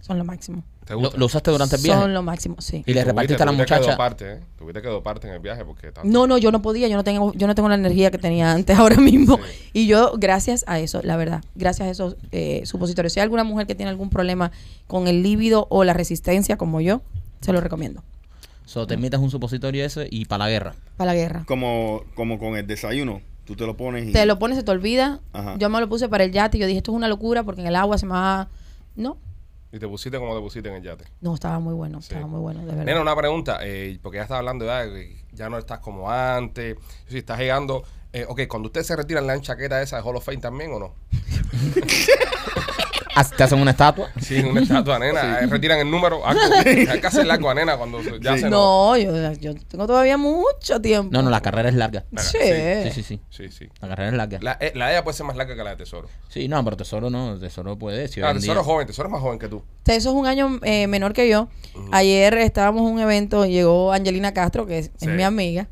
Speaker 6: Son lo máximo.
Speaker 1: ¿Te
Speaker 2: ¿Lo,
Speaker 1: gusta?
Speaker 2: lo usaste durante el
Speaker 6: Son
Speaker 2: viaje?
Speaker 6: lo máximo, sí.
Speaker 2: Y le
Speaker 1: Tuviste-
Speaker 2: repartiste a la
Speaker 1: tuviste que
Speaker 2: muchacha.
Speaker 1: doparte, ¿eh? Tuviste que doparte en el viaje porque... tanto-
Speaker 6: No, no, yo no podía, yo no tengo, yo no tengo la energía que tenía antes <laughs> ahora mismo. Y yo, gracias a eso, la verdad, gracias a esos eh, supositorios. Si hay alguna mujer que tiene algún problema con el líbido o la resistencia, como yo, se lo recomiendo.
Speaker 2: So, te metas un supositorio ese y para la guerra.
Speaker 6: Para la guerra.
Speaker 4: Como, como con el desayuno. Tú te lo pones y.
Speaker 6: Te lo pones, se te olvida.
Speaker 4: Ajá.
Speaker 6: Yo me lo puse para el yate y yo dije, esto es una locura porque en el agua se me va. No.
Speaker 1: ¿Y Y te pusiste como te pusiste en el yate.
Speaker 6: No, estaba muy bueno,
Speaker 1: Sí.
Speaker 6: estaba muy bueno, de verdad.
Speaker 1: Nena, una pregunta, eh, porque ya estás hablando de edad, eh, ya no estás como antes, si estás llegando. eh, ok, cuando ustedes se retiran, ¿le dan chaqueta esa de Hall of Fame también o no?
Speaker 2: Haz- Te hacen una estatua.
Speaker 1: Sí,
Speaker 6: <laughs>
Speaker 1: una estatua, nena. eh, retiran el número. algo. Hay que hacerle algo a nena cuando se- ya
Speaker 4: Sí.
Speaker 1: se nos-
Speaker 6: no, yo, yo tengo todavía mucho tiempo.
Speaker 2: No, no, la carrera es larga.
Speaker 6: Sí.
Speaker 2: Sí, sí, sí.
Speaker 1: Sí, sí.
Speaker 2: La carrera es larga.
Speaker 1: La, eh, la de ella puede ser más larga que la de Tesoro.
Speaker 2: Sí, no, pero Tesoro no. Tesoro puede. Si hoy
Speaker 1: Ah,
Speaker 2: en
Speaker 1: Tesoro es
Speaker 2: día-
Speaker 1: joven, Tesoro es más joven que tú.
Speaker 6: Eso es un año eh, menor que yo. Ayer estábamos en un evento y llegó Angelina Castro, que es, es
Speaker 1: Sí.
Speaker 6: mi amiga.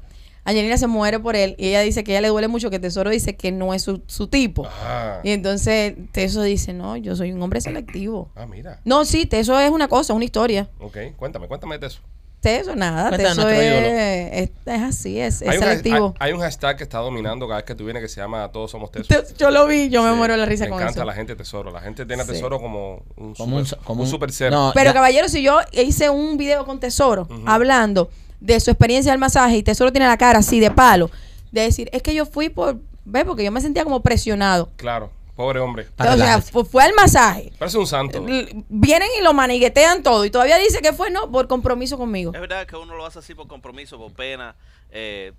Speaker 6: Angelina se muere por él y ella dice que a ella le duele mucho que Tesoro dice que no es su, su tipo.
Speaker 1: Ah,
Speaker 6: Y entonces Teso dice, no, yo soy un hombre selectivo.
Speaker 1: ah mira.
Speaker 6: No, sí, Teso es una cosa, es una historia.
Speaker 1: Ok, cuéntame, cuéntame de eso.
Speaker 6: Teso, nada,
Speaker 2: Cuéntanos
Speaker 6: Teso
Speaker 2: nuestro
Speaker 6: es,
Speaker 2: ídolo.
Speaker 6: es, es así, es, es
Speaker 1: hay, un,
Speaker 6: selectivo.
Speaker 1: hay- hay un hashtag que está dominando cada vez que tú vienes que se llama Todos Somos Tesoro.
Speaker 6: Te- <laughs> yo lo vi, yo me
Speaker 1: Sí,
Speaker 6: muero de la risa
Speaker 1: me
Speaker 6: con
Speaker 1: encanta
Speaker 6: eso.
Speaker 1: la gente tesoro. La gente tiene a
Speaker 6: Sí.
Speaker 1: tesoro como un
Speaker 2: Como un
Speaker 1: super,
Speaker 2: so- como un-
Speaker 1: super ser.
Speaker 2: no.
Speaker 6: Pero
Speaker 2: Ah, Ya.
Speaker 6: caballero, si yo hice un video con Tesoro hablando de su experiencia del masaje y Tesoro tiene la cara así de palo, de decir, es que yo fui por, ve, porque yo me sentía como presionado.
Speaker 1: Claro, pobre hombre.
Speaker 2: Para
Speaker 6: o sea,
Speaker 2: relajarse.
Speaker 6: fu- fue al masaje.
Speaker 1: Parece un santo.
Speaker 6: Eh, L- Vienen y lo maniguetean todo y todavía dice que fue no por compromiso conmigo.
Speaker 5: Es verdad que uno lo hace así por compromiso, por pena. eh,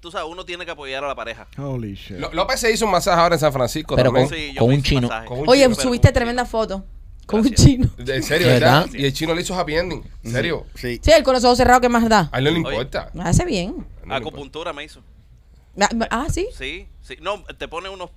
Speaker 5: tú sabes, uno tiene que apoyar a la pareja.
Speaker 3: Holy shit.
Speaker 1: Ló- López se hizo un masaje ahora en San Francisco
Speaker 2: Pero
Speaker 1: también.
Speaker 5: Sí, yo
Speaker 2: con
Speaker 5: me
Speaker 2: un
Speaker 5: hice
Speaker 2: chino.
Speaker 5: masaje.
Speaker 1: Con un
Speaker 6: Oye,
Speaker 1: chino,
Speaker 5: pero
Speaker 6: subiste
Speaker 5: con un
Speaker 6: tremenda
Speaker 5: chino.
Speaker 6: foto con un
Speaker 5: Gracias.
Speaker 6: chino.
Speaker 1: En serio,
Speaker 2: ¿Verdad?
Speaker 1: ¿verdad? Y el chino le hizo happy ending. ¿En serio?
Speaker 4: Sí.
Speaker 6: Sí, él con los ojos cerrados, ¿qué más da?
Speaker 1: A él no le
Speaker 5: Oye.
Speaker 1: importa. No
Speaker 6: Hace bien.
Speaker 1: le importa.
Speaker 5: Acupuntura me hizo.
Speaker 6: Ah, Ah, sí.
Speaker 5: Sí, sí. No, te pone unos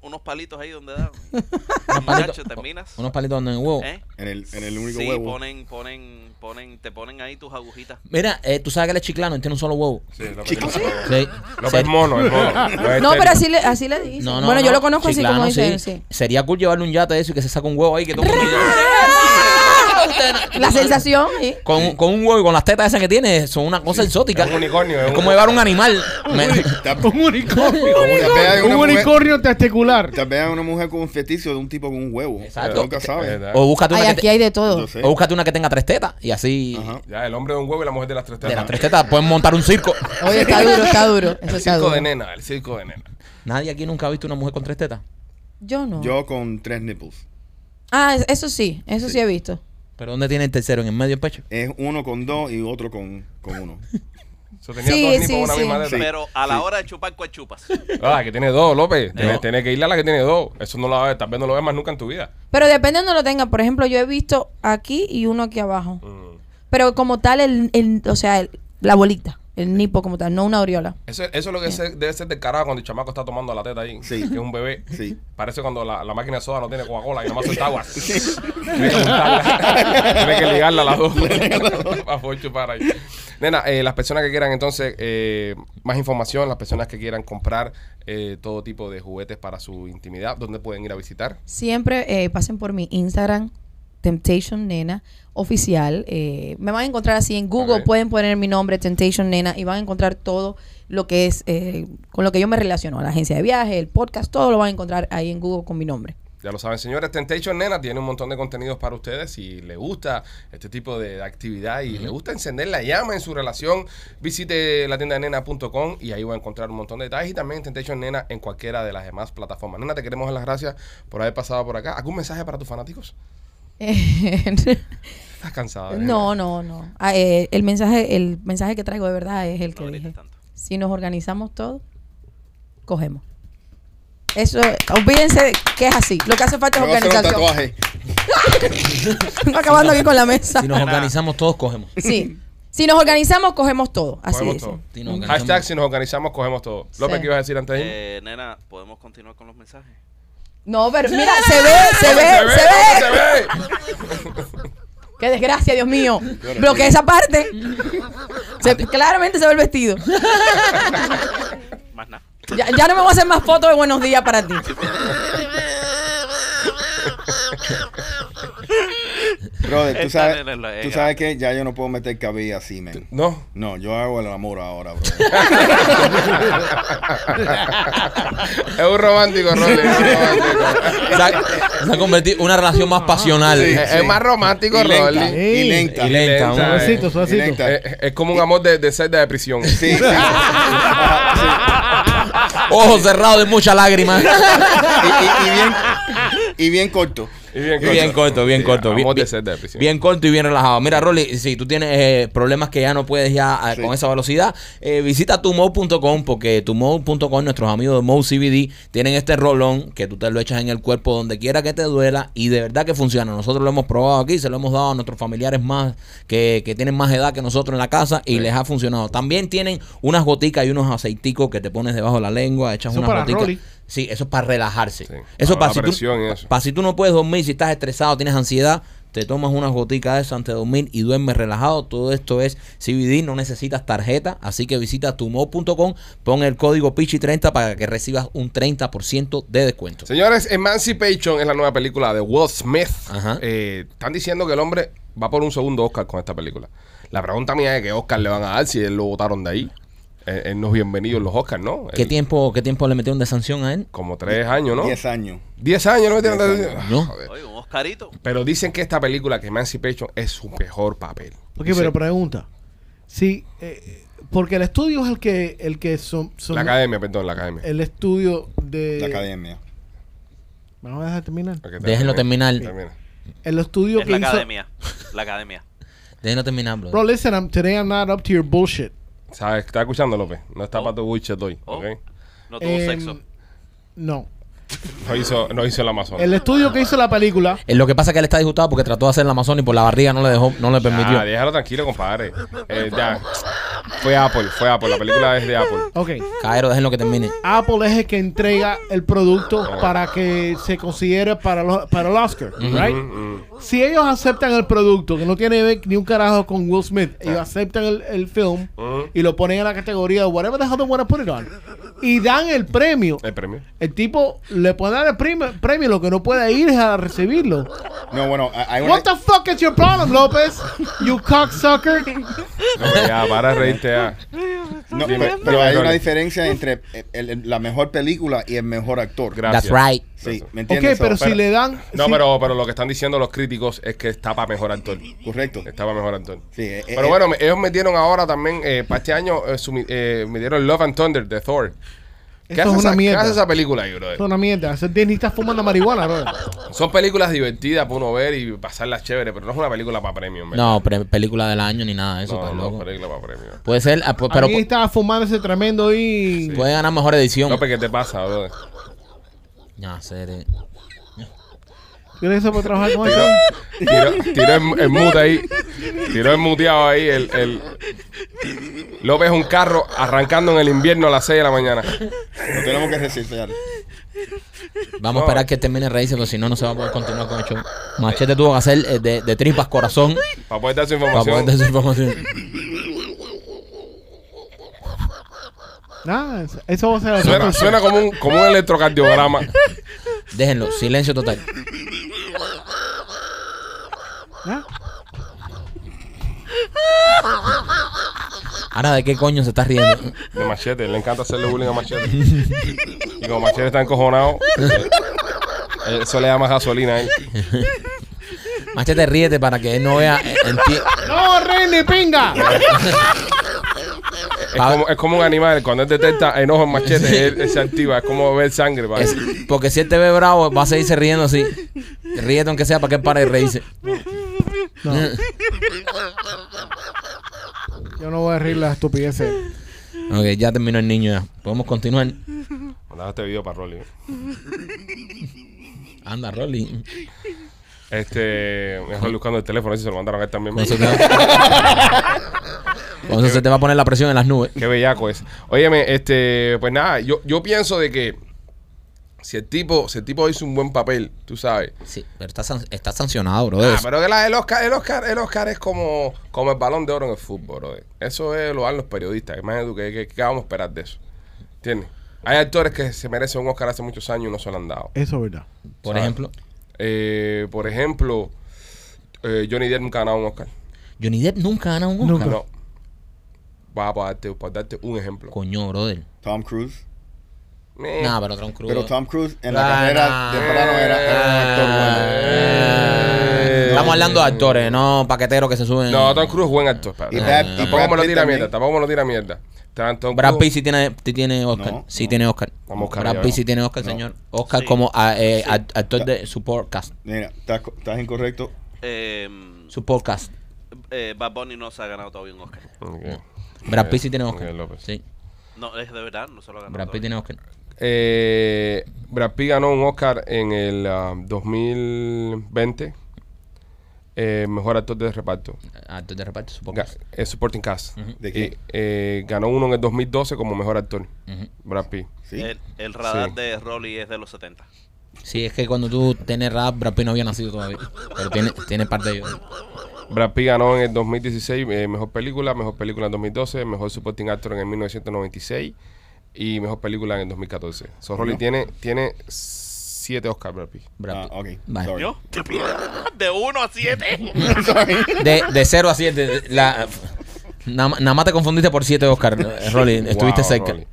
Speaker 5: unos palitos ahí donde da.
Speaker 2: Unos
Speaker 5: Muchacho,
Speaker 2: palitos,
Speaker 5: terminas.
Speaker 2: unos palitos dando en el huevo.
Speaker 5: ¿Eh?
Speaker 4: En el, en el único
Speaker 5: sí,
Speaker 4: huevo.
Speaker 5: Ponen, ponen, ponen, te ponen ahí tus agujitas.
Speaker 2: Mira, eh, tú sabes que él es chiclano y tiene un solo huevo.
Speaker 1: Sí, López tiene un solo-
Speaker 2: Sí.
Speaker 1: López
Speaker 2: Se-
Speaker 1: es mono, es mono. es
Speaker 6: No, pero
Speaker 1: estéril.
Speaker 6: así le, así le dicen.
Speaker 2: No, no,
Speaker 6: bueno, yo
Speaker 2: no.
Speaker 6: lo conozco así como
Speaker 2: Chiclano,
Speaker 6: dice
Speaker 2: sí.
Speaker 6: él,
Speaker 2: <laughs>
Speaker 6: sí.
Speaker 2: Sería cool llevarle un yate de eso y que se saca un huevo ahí que todo
Speaker 6: <laughs>
Speaker 2: el mundo- Ustedes no-
Speaker 6: La sensación, sí.
Speaker 2: Con, con un huevo y con las tetas esas que tiene, son una cosa exótica.
Speaker 1: Es un unicornio, es
Speaker 2: Es
Speaker 1: un- <laughs>
Speaker 2: como llevar un animal. Me-
Speaker 3: <laughs> Un unicornio.
Speaker 4: Tal vez hay
Speaker 3: Un
Speaker 4: una mujer-
Speaker 3: unicornio testicular.
Speaker 4: Tal vez hay una mujer con un feticio de un tipo con un huevo.
Speaker 2: Exacto.
Speaker 4: Nunca
Speaker 1: Es
Speaker 4: sabes.
Speaker 1: verdad.
Speaker 2: o, búscate
Speaker 6: Ay,
Speaker 2: una que
Speaker 6: aquí
Speaker 2: te-
Speaker 6: hay de todo.
Speaker 4: Yo sé.
Speaker 2: o búscate una que tenga tres tetas y así.
Speaker 4: Ajá.
Speaker 1: Ya, el hombre de un huevo y la mujer de las tres tetas.
Speaker 2: De las tres tetas pueden montar un circo. <laughs>
Speaker 6: Oye, está duro,
Speaker 4: <laughs>
Speaker 6: está duro. Eso
Speaker 1: El
Speaker 6: está
Speaker 1: circo
Speaker 6: duro.
Speaker 1: de nena, el circo de nena.
Speaker 2: Nadie aquí nunca ha visto una mujer con tres tetas.
Speaker 6: Yo no.
Speaker 4: Yo con tres nipples.
Speaker 6: Ah, es- eso sí, eso sí, he visto.
Speaker 2: Pero ¿dónde tiene el tercero? ¿En el medio del pecho?
Speaker 4: Es uno con dos y otro con, con uno.
Speaker 1: Eso tenía
Speaker 6: Sí,
Speaker 1: dos niños
Speaker 6: sí,
Speaker 1: con una
Speaker 6: sí.
Speaker 1: misma teta.
Speaker 5: Pero a la hora de chupar, ¿cuál chupas?
Speaker 1: Ah, que tiene dos, López. Tiene,
Speaker 2: No.
Speaker 1: tiene que ir a la que tiene dos. Eso no lo va a ver, tal vez no lo veas más nunca en tu vida.
Speaker 6: Pero depende de donde lo tenga. Por ejemplo, yo he visto aquí y uno aquí abajo.
Speaker 1: Mm.
Speaker 6: Pero como tal, el, el- o sea, el- la bolita, el nipo como tal, no una aureola.
Speaker 1: Eso, eso es lo que se- debe ser del carajo cuando el chamaco está tomando la teta ahí.
Speaker 4: Sí.
Speaker 1: Que es un bebé.
Speaker 4: Sí.
Speaker 1: Parece cuando la, la máquina de soda no tiene Coca-Cola y nada más
Speaker 4: <laughs>
Speaker 1: suelta agua. Tiene que juntarla. Tiene que ligarla a las dos. <laughs> para poder chupar ahí. Nena, eh, las personas que quieran entonces eh, más información, las personas que quieran comprar eh, todo tipo de juguetes para su intimidad, ¿dónde pueden ir a visitar?
Speaker 6: Siempre eh, pasen por mi Instagram, Temptation Nena Oficial. Eh, me van a encontrar así en Google,
Speaker 1: Ok.
Speaker 6: pueden poner mi nombre, Temptation Nena, y van a encontrar todo lo que es, eh, con lo que yo me relaciono, la agencia de viaje, el podcast, todo lo van a encontrar ahí en Google con mi nombre.
Speaker 1: Ya lo saben, señores, Temptation Nena tiene un montón de contenidos para ustedes. Si le gusta este tipo de actividad y le gusta encender la llama en su relación, visite la tienda nena.com y ahí va a encontrar un montón de detalles. Y también Temptation Nena en cualquiera de las demás plataformas. Nena, te queremos dar las gracias por haber pasado por acá. ¿Algún mensaje para tus fanáticos? Estás cansada. de-
Speaker 6: no, no, no. Ah, eh, el mensaje, el mensaje que traigo de verdad es el que
Speaker 5: No grites
Speaker 6: dije.
Speaker 5: tanto.
Speaker 6: Si nos organizamos todos, cogemos. Eso, es- olvídense de que es así. Lo que hace falta
Speaker 4: Me
Speaker 6: es
Speaker 4: voy a hacer un
Speaker 6: organización. <laughs>
Speaker 4: tatuaje.
Speaker 6: Acabando aquí con la mesa.
Speaker 2: Si nos organizamos todos, cogemos.
Speaker 6: Sí. Si nos organizamos, cogemos todo. Así
Speaker 1: Cogemos
Speaker 6: dice.
Speaker 1: todo.
Speaker 2: Si nos organizamos-
Speaker 1: Hashtag,
Speaker 2: <laughs>
Speaker 1: si nos organizamos, cogemos todo. López,
Speaker 6: Sí.
Speaker 1: ¿qué ibas a decir antes de irme?
Speaker 5: Eh, nena, ¿podemos continuar con los mensajes?
Speaker 6: No, pero mira, se ve, se ve, se ve.
Speaker 1: se ve!
Speaker 6: Qué desgracia, Dios mío. Bloqueé esa parte. Se- claramente se ve el vestido.
Speaker 5: Más nada.
Speaker 6: Ya, ya no me voy a hacer más fotos de buenos días para ti.
Speaker 4: Brother, tú
Speaker 5: Esta
Speaker 4: sabes,
Speaker 5: nena es la-
Speaker 4: tú
Speaker 5: es
Speaker 4: sabes que ya yo no puedo meter cabello así, man.
Speaker 1: No.
Speaker 4: No, yo hago el amor ahora, bro.
Speaker 1: Es un romántico, Rolly. Es, un romántico.
Speaker 2: Se ha, se ha convertido en una relación más pasional.
Speaker 4: Sí.
Speaker 1: Es- es más romántico,
Speaker 4: Y lenta,
Speaker 1: Rolly.
Speaker 4: y lenta.
Speaker 2: Y lenta,
Speaker 1: Lenta,
Speaker 2: hombre.
Speaker 3: Suavecito,
Speaker 4: Y
Speaker 3: suavecito.
Speaker 4: lenta.
Speaker 1: Eh, eh, es como un amor de, de celda de prisión.
Speaker 4: Sí, sí. Ajá, sí.
Speaker 2: Ojos cerrados de mucha lágrima.
Speaker 4: Y, y- y bien, y bien corto.
Speaker 1: Y bien
Speaker 2: Bien corto, bien
Speaker 1: Sí,
Speaker 2: corto. Bien,
Speaker 1: amor de
Speaker 2: bien-
Speaker 1: ser débil, sí.
Speaker 2: bien corto y bien relajado. Mira, Rolly, si tú tienes eh, problemas que ya no puedes ya eh,
Speaker 4: Sí.
Speaker 2: con esa velocidad, eh, visita tumow.com porque tumow.com, nuestros amigos de Mow CBD, tienen este rolón que tú te lo echas en el cuerpo donde quiera que te duela y de verdad que funciona. Nosotros lo hemos probado aquí, se lo hemos dado a nuestros familiares más que, que tienen más edad que nosotros en la casa y les ha funcionado. También tienen unas goticas y unos aceiticos que te pones debajo de la lengua, echas
Speaker 3: Eso
Speaker 2: unas
Speaker 3: para
Speaker 2: goticas.
Speaker 3: Rolly.
Speaker 2: Sí, eso es para relajarse.
Speaker 1: Sí,
Speaker 2: Eso
Speaker 1: para
Speaker 2: es para
Speaker 1: la
Speaker 2: si, tú,
Speaker 1: presión y eso.
Speaker 2: para si tú no puedes dormir, si estás estresado, tienes ansiedad, te tomas unas goticas de eso antes de dormir y duermes relajado. Todo esto es CBD, no necesitas tarjeta, así que visita tumo.com, pon el código PICHI30 para que recibas un 30% de descuento.
Speaker 1: Señores, Emancipation es la nueva película de Will Smith.
Speaker 2: Ajá.
Speaker 1: Eh, están diciendo que el hombre va por un segundo Oscar con esta película. La pregunta mía es que Oscar le van a dar si él lo votaron de ahí. Eh, él no es bienvenido en los Oscars, ¿no?
Speaker 2: ¿Qué
Speaker 1: Él-
Speaker 2: tiempo, ¿Qué tiempo le metieron de sanción a él?
Speaker 1: Como tres años, ¿no?
Speaker 4: 10 años.
Speaker 1: Diez años, ¿no? me tienen-
Speaker 4: Diez
Speaker 2: ¿No?
Speaker 1: Joder.
Speaker 5: Oye, un Oscarito.
Speaker 1: Pero dicen que esta película, que Emancipation, es su mejor papel.
Speaker 3: Ok,
Speaker 1: Dice-
Speaker 3: pero pregunta. Sí, eh, porque el estudio es el que, el que son, son-
Speaker 1: La academia, perdón, la academia.
Speaker 3: el estudio de
Speaker 4: La academia.
Speaker 3: ¿Me van a dejar terminar?
Speaker 1: Ok,
Speaker 2: Déjenlo terminar.
Speaker 1: Termina.
Speaker 3: El estudio
Speaker 5: Es
Speaker 3: que
Speaker 5: la
Speaker 3: hizo
Speaker 5: academia. La academia.
Speaker 2: Déjenos terminar, bro.
Speaker 3: Bro, listen, I'm, today I'm not up to your bullshit.
Speaker 1: ¿Sabes? ¿Estás escuchando, López? No está para tu bullshit hoy,
Speaker 5: Oh.
Speaker 1: ¿ok?
Speaker 5: No tuvo
Speaker 3: Em,
Speaker 5: sexo.
Speaker 3: No.
Speaker 1: No hizo, no hizo el Amazonas.
Speaker 3: El estudio que hizo la película,
Speaker 2: Eh, Lo que pasa es que él está disgustado porque trató de hacer la Amazon y por la barriga no le dejó, no le permitió.
Speaker 1: Ah, déjalo tranquilo, compadre. Eh, ya. Fue Apple, fue Apple. La película es de Apple.
Speaker 3: ok,
Speaker 2: Caero, déjenlo que termine.
Speaker 3: Apple es el que entrega el producto para que se considere para, lo- para el Oscar, right?
Speaker 1: Mm,
Speaker 3: Si ellos aceptan el producto, que no tiene que ver ni un carajo con Will Smith,
Speaker 1: Ah.
Speaker 3: ellos aceptan el, el film
Speaker 1: Ujú.
Speaker 3: y lo ponen en la categoría de whatever the hell they want to put it on y dan el premio.
Speaker 1: El premio.
Speaker 3: El tipo le puede dar el prim- premio, lo que no puede ir es a recibirlo.
Speaker 4: No, bueno, a- hay una,
Speaker 3: What the fuck is your problem, López? You cocksucker.
Speaker 1: No, ya, para de reírte ya.
Speaker 4: no,
Speaker 1: Dime,
Speaker 4: pero,
Speaker 1: dime,
Speaker 4: pero hay
Speaker 1: Rolly.
Speaker 4: una diferencia entre el- el- la mejor película y el mejor actor.
Speaker 1: Gracias.
Speaker 2: That's right.
Speaker 4: Sí, ¿me
Speaker 3: Ok,
Speaker 4: entiendes? So,
Speaker 3: pero si le dan.
Speaker 1: No,
Speaker 3: si-
Speaker 1: pero, pero lo que están diciendo los críticos es que está para mejor actor.
Speaker 4: Correcto.
Speaker 1: Está para mejor actor.
Speaker 4: Sí, eh,
Speaker 1: Pero
Speaker 4: eh,
Speaker 1: bueno, me- ellos metieron ahora también, eh, para este año, eh, sumi- eh, metieron Love and Thunder de Thor. ¿Qué
Speaker 3: Esto es
Speaker 1: hace,
Speaker 3: una
Speaker 1: esa,
Speaker 3: mierda.
Speaker 1: ¿Qué hace esa película ahí, brother?
Speaker 3: Es una mierda. Ese Disney está fumando marihuana, bro.
Speaker 1: Son películas divertidas para uno ver y pasarlas chévere, pero no es una película para premio. en verdad.
Speaker 2: No, pre- película del año ni nada de eso,
Speaker 1: no,
Speaker 2: estás
Speaker 1: no,
Speaker 2: loco.
Speaker 1: película para premio.
Speaker 2: Puede ser, ah, pu-
Speaker 3: Pero
Speaker 2: pero
Speaker 3: Ahí
Speaker 2: pu-
Speaker 3: estaba fumando ese tremendo y.
Speaker 2: puede ganar mejor edición.
Speaker 1: López, ¿qué te pasa, brother?
Speaker 2: Ya, seré.
Speaker 3: ¿Quieres eso para trabajar
Speaker 1: <laughs>
Speaker 3: con eso?
Speaker 1: Tiró, tiró, tiró el, el mute ahí. Tiró el muteado ahí. El, el... López es un carro arrancando en el invierno a las 6 de la mañana.
Speaker 4: lo tenemos que resistir.
Speaker 2: Vamos a esperar que termine de reírse, porque si no, no se va a poder continuar con el show. Machete tuvo que hacer eh, de, de tripas corazón
Speaker 1: Para poder dar su
Speaker 2: para poder
Speaker 1: información.
Speaker 2: dar esa información.
Speaker 3: Nada, eso- eso va a ser otra
Speaker 1: Suena,
Speaker 3: cosa.
Speaker 1: suena como, un, como un electrocardiograma.
Speaker 2: Déjenlo, silencio total.
Speaker 3: ¿Ah?
Speaker 2: Ahora, ¿de qué coño se está riendo?
Speaker 1: De machete. Le encanta hacerle bullying a machete. Y como machete está encojonado, eh, eso le da más gasolina a él.
Speaker 2: Machete, ríete para que él no vea. eh, enti-
Speaker 3: ¡No, Randy, pinga!
Speaker 1: Es como, es como un animal. Cuando él detecta enojo en machete, él, él se activa. Es como ver sangre. ¿vale?
Speaker 2: es- porque si él te ve bravo, va a seguirse riendo así. Ríete aunque sea para que él pare de reírse.
Speaker 3: No. Yo no voy a reír las estupideces.
Speaker 2: Ok, ya terminó el niño ya. Podemos continuar.
Speaker 1: Mandaba este video para Rolly.
Speaker 2: Anda, Rolly.
Speaker 1: Este, mejor buscando el teléfono, ese se lo mandaron a él también.
Speaker 2: Con eso, te-
Speaker 1: <laughs>
Speaker 2: con eso se te va a poner la presión en las nubes.
Speaker 1: Qué bellaco es. Óyeme, este, pues nada, yo, yo pienso de que si el tipo, si el tipo hizo un buen papel, tú sabes.
Speaker 2: Sí, pero está, san- está sancionado, bro.
Speaker 1: Ah, pero que la del Oscar, el Oscar, el Oscar es como, como el balón de oro en el fútbol, brother. Eso es lo dan los periodistas. Imagínate tú que, que- que vamos a esperar de eso. ¿Entiendes? Hay actores que se merecen un Oscar hace muchos años y no se lo han dado.
Speaker 3: Eso es verdad.
Speaker 2: Por
Speaker 1: ¿sabes?
Speaker 2: ejemplo,
Speaker 1: Eh, por ejemplo, eh, Johnny Depp nunca ha ganado un Oscar.
Speaker 2: Johnny Depp nunca gana un Oscar.
Speaker 3: Nunca.
Speaker 1: No. Va para darte, para darte un ejemplo.
Speaker 2: Coño, brother.
Speaker 4: Tom Cruise.
Speaker 1: Eh,
Speaker 2: Nada, pero Tom Cruise.
Speaker 4: Pero Tom Cruise en la
Speaker 2: Ah,
Speaker 4: carrera
Speaker 2: nah.
Speaker 4: de plano era, era un actor bueno.
Speaker 1: Eh,
Speaker 4: No,
Speaker 2: Estamos hablando de actores, no paqueteros que se suben.
Speaker 1: No, Tom Cruise es buen actor.
Speaker 4: Y
Speaker 1: No,
Speaker 4: Brad-
Speaker 1: no,
Speaker 4: y
Speaker 1: Tampoco
Speaker 4: Brad
Speaker 1: me lo
Speaker 4: Pitt
Speaker 1: tira
Speaker 4: también.
Speaker 1: mierda. Tampoco me lo tira mierda. Tan- Tom
Speaker 2: Brad
Speaker 1: Cruise-
Speaker 2: Pitt sí tiene, sí tiene Oscar.
Speaker 4: No,
Speaker 2: sí
Speaker 4: no.
Speaker 2: tiene Oscar.
Speaker 1: Vamos a buscar,
Speaker 2: Brad
Speaker 1: ya
Speaker 2: Pitt
Speaker 1: vamos.
Speaker 2: sí tiene Oscar, señor. Oscar
Speaker 5: Sí.
Speaker 2: como ah, eh,
Speaker 5: Sí.
Speaker 2: act- actor de su podcast.
Speaker 4: Mira, estás, co- estás incorrecto.
Speaker 5: Eh,
Speaker 2: Su podcast.
Speaker 5: eh, Bad Bunny no se ha ganado todavía un Oscar.
Speaker 1: Ok.
Speaker 2: Brad
Speaker 1: Ok,
Speaker 2: Pitt sí tiene Oscar.
Speaker 1: ok, López.
Speaker 2: Sí.
Speaker 5: No, es de verdad, no se lo ha ganado.
Speaker 2: Brad Pitt
Speaker 5: todavía.
Speaker 2: tiene Oscar.
Speaker 1: Eh, Brad Pitt ganó un Oscar en el ah, 2020. eh, mejor actor de reparto.
Speaker 2: Ah, Actor de reparto, su
Speaker 1: Ga-
Speaker 2: podcast.
Speaker 1: eh, supporting cast.
Speaker 4: ¿De
Speaker 1: Y,
Speaker 4: qué?
Speaker 1: eh, ganó uno en el 2012 como mejor actor.
Speaker 2: Ujú.
Speaker 1: Brad Pitt.
Speaker 4: Sí.
Speaker 5: El, el radar
Speaker 1: Sí.
Speaker 5: de Rolly es de los 70.
Speaker 2: Sí, es que cuando tú tienes rap, Brad Pitt no había nacido todavía. Pero tiene, tiene parte de ellos.
Speaker 1: Brad Pitt ganó en el 2016 eh, mejor película, mejor película en 2012, mejor supporting actor en el 1996 y mejor película en el 2014. So, Rolly
Speaker 4: No.
Speaker 1: tiene, tiene siete Oscars, Brad Pitt.
Speaker 2: Brad
Speaker 4: Ah,
Speaker 2: Pitt.
Speaker 4: ok.
Speaker 2: Vale.
Speaker 4: Sorry.
Speaker 5: ¿Yo? ¡Qué piedad! De 1 a 7.
Speaker 2: De, de 0 a 7. La, nada más- nada más te confundiste por 7, Oscar. Rolly,
Speaker 1: <laughs>
Speaker 2: estuviste
Speaker 1: Wow,
Speaker 2: cerca.
Speaker 1: Rolly.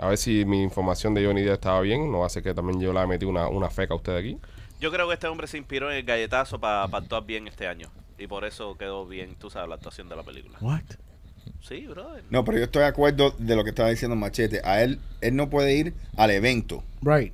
Speaker 1: A ver si mi información de Johnny Depp estaba bien. No hace que también yo la metí una, una feca a usted aquí.
Speaker 5: Yo creo que este hombre se inspiró en el galletazo para actuar bien este año. Y por eso quedó bien, tú sabes, la actuación de la película.
Speaker 3: What?
Speaker 5: Sí, brother.
Speaker 4: No, pero yo estoy de acuerdo de lo que estaba diciendo Machete. A él, él no puede ir al evento,
Speaker 3: Right.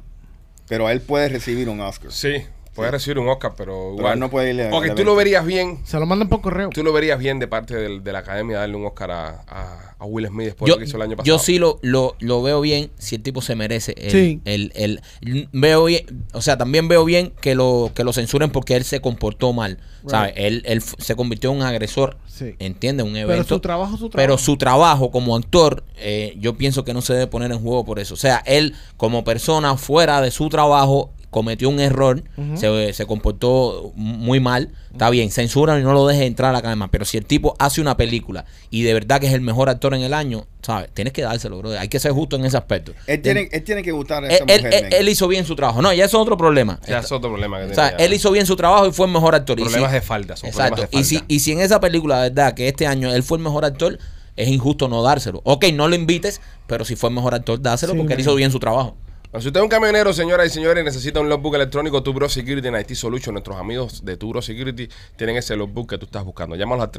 Speaker 4: pero él puede recibir un Oscar.
Speaker 1: Sí, puede recibir un Oscar, pero
Speaker 4: Pero
Speaker 1: igual.
Speaker 4: él no puede ir al
Speaker 1: Porque tú
Speaker 4: evento.
Speaker 1: lo verías bien.
Speaker 3: Se lo mandan por correo.
Speaker 1: Tú lo verías bien de parte del- de la academia darle un Oscar a, a- a Will Smith después de
Speaker 2: yo,
Speaker 1: lo que hizo el año pasado.
Speaker 2: yo sí lo, lo, lo veo bien si el tipo se merece. El,
Speaker 3: Sí.
Speaker 2: el- el- n- veo bien- o sea, también veo bien que lo, que lo censuren porque él se comportó mal. ¿Sabes? Él, él f- se convirtió en un agresor.
Speaker 3: Sí.
Speaker 2: ¿Entiendes? Un evento.
Speaker 3: Pero su trabajo, su trabajo.
Speaker 2: Pero su trabajo como actor, eh, yo pienso que no se debe poner en juego por eso. O sea, él como persona fuera de su trabajo cometió un error,
Speaker 3: Ujú.
Speaker 2: se, se comportó muy mal, está bien, censura y no lo deje entrar a la cadena. Pero si el tipo hace una película y de verdad que es el mejor actor en el año, ¿sabes? Tienes que dárselo, bro. Hay que ser justo en ese aspecto.
Speaker 4: Él tiene, él tiene que gustar a
Speaker 2: Él,
Speaker 4: esa
Speaker 2: Eh, él-
Speaker 4: mujer.
Speaker 2: él-
Speaker 4: men.
Speaker 2: él hizo bien su trabajo. No, ya eso es otro problema.
Speaker 1: Ya es otro problema que
Speaker 2: O
Speaker 1: tiene.
Speaker 2: sea,
Speaker 1: ya.
Speaker 2: él hizo bien su trabajo y fue el mejor actor. Y
Speaker 1: Problemas
Speaker 2: sí.
Speaker 1: de falta, son
Speaker 2: Exacto.
Speaker 1: problemas de
Speaker 2: Y, si,
Speaker 1: falta.
Speaker 2: y si en esa película, de verdad, que este año él fue el mejor actor, es injusto no dárselo. Ok, no lo invites, pero si fue el mejor actor, dáselo
Speaker 3: Sí,
Speaker 2: porque él
Speaker 3: man.
Speaker 2: hizo bien su trabajo.
Speaker 1: Bueno, Ah, si usted es un camionero, señoras y señores, y necesita un logbook electrónico, Tubro Security en IT Solution. Nuestros amigos de Tubro Security tienen ese logbook que tú estás buscando. Llámalos al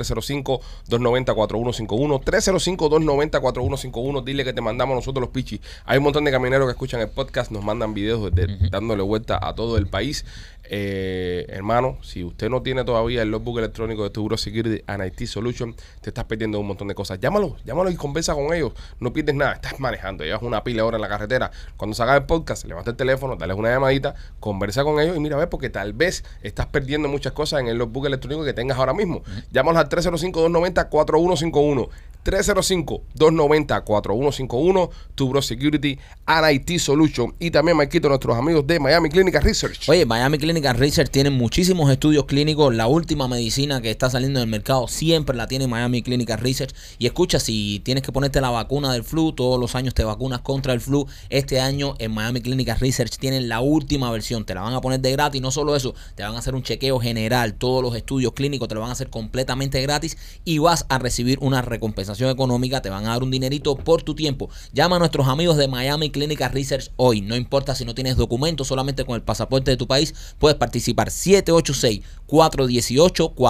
Speaker 1: 305-290-4151. 305-290-4151. Dile que te mandamos nosotros los pichis. Hay un montón de camioneros que escuchan el podcast, nos mandan videos de- dándole vuelta a todo el país. Eh, hermano, si usted no tiene todavía el logbook electrónico de Tubro Security and IT Solution, te estás perdiendo un montón de cosas. Llámalos, llámalos y conversa con ellos. No pierdes nada, estás manejando, llevas una pila de horas en la carretera. Cuando salga el podcast, levanta el teléfono, dale una llamadita, conversa con ellos y mira, a ver, porque tal vez estás perdiendo muchas cosas en el logbook electrónico que tengas ahora mismo. Llámalos al 305-290-4151. 305-290-4151, Tubro Security and IT Solution. Y también, Marquito, nuestros amigos de Miami Clinic Research.
Speaker 2: Oye, Miami Clinical Research tiene muchísimos estudios clínicos. La última medicina que está saliendo del mercado siempre la tiene Miami Clinical Research. Y escucha, si tienes que ponerte la vacuna del flu, todos los años te vacunas contra el flu. Este año en Miami Clinical Research tienen la última versión. Te la van a poner de gratis. No solo eso, te van a hacer un chequeo general. Todos los estudios clínicos te lo van a hacer completamente gratis y vas a recibir una recompensación económica. Te van a dar un dinerito por tu tiempo. Llama a nuestros amigos de Miami Clinical Research hoy. No importa si no tienes documentos, solamente con el pasaporte de tu país puedes participar.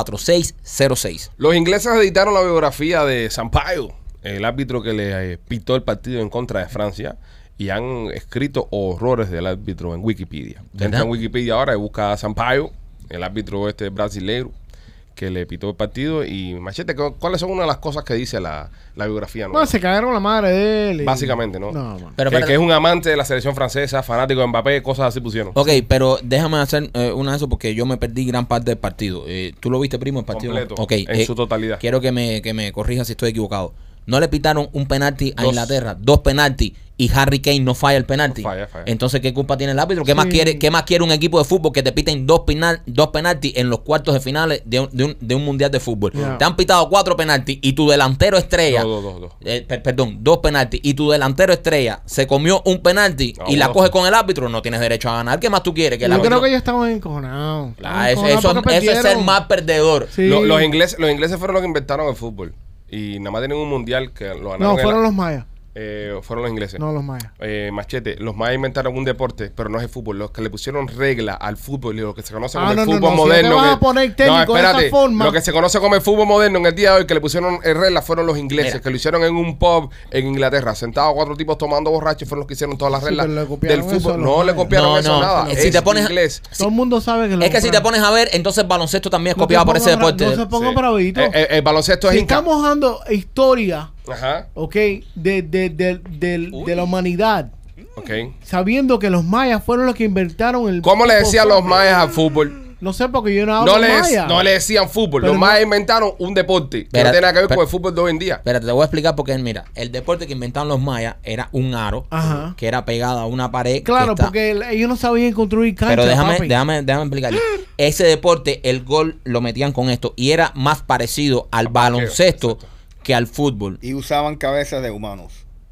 Speaker 2: 786-418-4606.
Speaker 1: Los ingleses editaron la biografía de Sampaio, el árbitro que le eh, pitó el partido en contra de Francia, y han escrito horrores del árbitro en Wikipedia. Usted entra
Speaker 2: ¿Verdad?
Speaker 1: en Wikipedia ahora y busca a Sampaio, el árbitro este brasileiro, que le pitó el partido. Y Machete, ¿cu- ¿cuáles son una de las cosas que dice la, la biografía? nueva?
Speaker 3: No, se cagaron la madre de él. y-
Speaker 1: Básicamente, ¿no?
Speaker 3: No, man.
Speaker 2: Pero
Speaker 1: que,
Speaker 2: espérate.
Speaker 1: que es un amante de la selección francesa, fanático de Mbappé, cosas así pusieron.
Speaker 2: Ok, pero déjame hacer eh, una de eso porque yo me perdí gran parte del partido. Eh, ¿Tú lo viste, primo, el partido?
Speaker 1: Completo,
Speaker 2: Ok,
Speaker 1: en
Speaker 2: eh,
Speaker 1: su totalidad.
Speaker 2: Quiero que me, que me corrija si estoy equivocado. No le pitaron un penalti a
Speaker 1: Dos.
Speaker 2: Inglaterra, dos penaltis, y Harry Kane no falla el penalti.
Speaker 1: Falla, falla.
Speaker 2: Entonces, ¿qué culpa tiene el árbitro? ¿Qué, más
Speaker 3: Sí.
Speaker 2: quiere, ¿Qué más quiere un equipo de fútbol que te piten dos, penal, dos penaltis en los cuartos de finales de un, de un- de un mundial de fútbol?
Speaker 3: Ya.
Speaker 2: Te han pitado cuatro penaltis y tu delantero estrella.
Speaker 1: Dos, dos, dos, dos.
Speaker 2: eh, per- perdón, dos penaltis y tu delantero estrella se comió un penalti
Speaker 1: No,
Speaker 2: y la
Speaker 1: uno.
Speaker 2: coge con el árbitro, no tienes derecho a ganar. ¿Qué más tú quieres? Que el
Speaker 3: Yo
Speaker 2: árbitro-
Speaker 3: creo que ellos estaban encojonados.
Speaker 2: Ah, eso,
Speaker 3: Estaban encojonados
Speaker 2: eso-
Speaker 3: porque
Speaker 2: eso es ser
Speaker 3: perdieron.
Speaker 2: más perdedor.
Speaker 3: Sí.
Speaker 1: Lo- los, ingleses, los ingleses fueron los que inventaron el fútbol. Y nada más tienen un mundial que lo ganaron.
Speaker 3: No,
Speaker 1: en la-
Speaker 3: fueron los mayas.
Speaker 1: eh, fueron los ingleses.
Speaker 3: No, los mayas.
Speaker 1: Eh, machete, los mayas inventaron un deporte, pero no es el fútbol. Los que le pusieron regla al fútbol y lo que se conoce
Speaker 3: Ah,
Speaker 1: como
Speaker 3: no,
Speaker 1: el
Speaker 3: no,
Speaker 1: fútbol
Speaker 3: no, si
Speaker 1: moderno.
Speaker 3: te vas a
Speaker 1: que-
Speaker 3: poner técnico de esa forma.
Speaker 1: Lo que se conoce como el fútbol moderno en el día de hoy, que le pusieron eh, regla, fueron los ingleses,
Speaker 2: Mira.
Speaker 1: que lo hicieron en un pub en Inglaterra, sentados cuatro tipos tomando borrachos, fueron los que hicieron todas las
Speaker 3: Sí,
Speaker 1: reglas
Speaker 3: pero le
Speaker 1: del
Speaker 3: copiaron eso a
Speaker 1: fútbol.
Speaker 3: los
Speaker 1: No le
Speaker 3: mayas.
Speaker 1: copiaron
Speaker 2: No,
Speaker 1: eso
Speaker 2: no.
Speaker 1: nada.
Speaker 2: Eh, si
Speaker 1: es
Speaker 2: te pones-
Speaker 1: inglés.
Speaker 3: Todo el mundo sabe que lo
Speaker 2: Es que si te
Speaker 3: compraron.
Speaker 2: pones a ver, entonces el baloncesto también es
Speaker 3: No
Speaker 2: copiado
Speaker 3: te
Speaker 2: por ese
Speaker 3: pongas bra-
Speaker 2: deporte.
Speaker 3: No se pongan
Speaker 1: Sí.
Speaker 3: bravitos.
Speaker 1: Eh, eh, el baloncesto
Speaker 3: si
Speaker 1: es inca.
Speaker 3: estamos dando historia,
Speaker 1: Ajá.
Speaker 3: ¿ok? De, de, de, del- de la humanidad,
Speaker 1: Ok.
Speaker 3: sabiendo que los mayas fueron los que inventaron el.
Speaker 1: ¿Cómo le decían los
Speaker 3: mayas?
Speaker 1: mayas al fútbol?
Speaker 3: No sé, porque yo no hablo
Speaker 1: No le,
Speaker 3: maya.
Speaker 1: no le decían fútbol.
Speaker 3: Pero
Speaker 1: los
Speaker 3: no-
Speaker 1: mayas inventaron un deporte que no
Speaker 2: Espérate,
Speaker 1: tiene nada que ver con
Speaker 2: espérate.
Speaker 1: el fútbol de hoy en día.
Speaker 2: Espérate, te voy a explicar porque, mira, el deporte que inventaron los mayas era un aro
Speaker 3: Ajá.
Speaker 2: que era pegado a una pared. que
Speaker 3: Claro,
Speaker 2: está-
Speaker 3: porque el- ellos no sabían construir canchas.
Speaker 2: Pero déjame,
Speaker 3: papi.
Speaker 2: déjame, déjame
Speaker 3: <gasps>
Speaker 2: explicarle. Ese deporte, el gol lo metían con esto y era más parecido al baloncesto que al fútbol.
Speaker 4: Y usaban cabezas de humanos.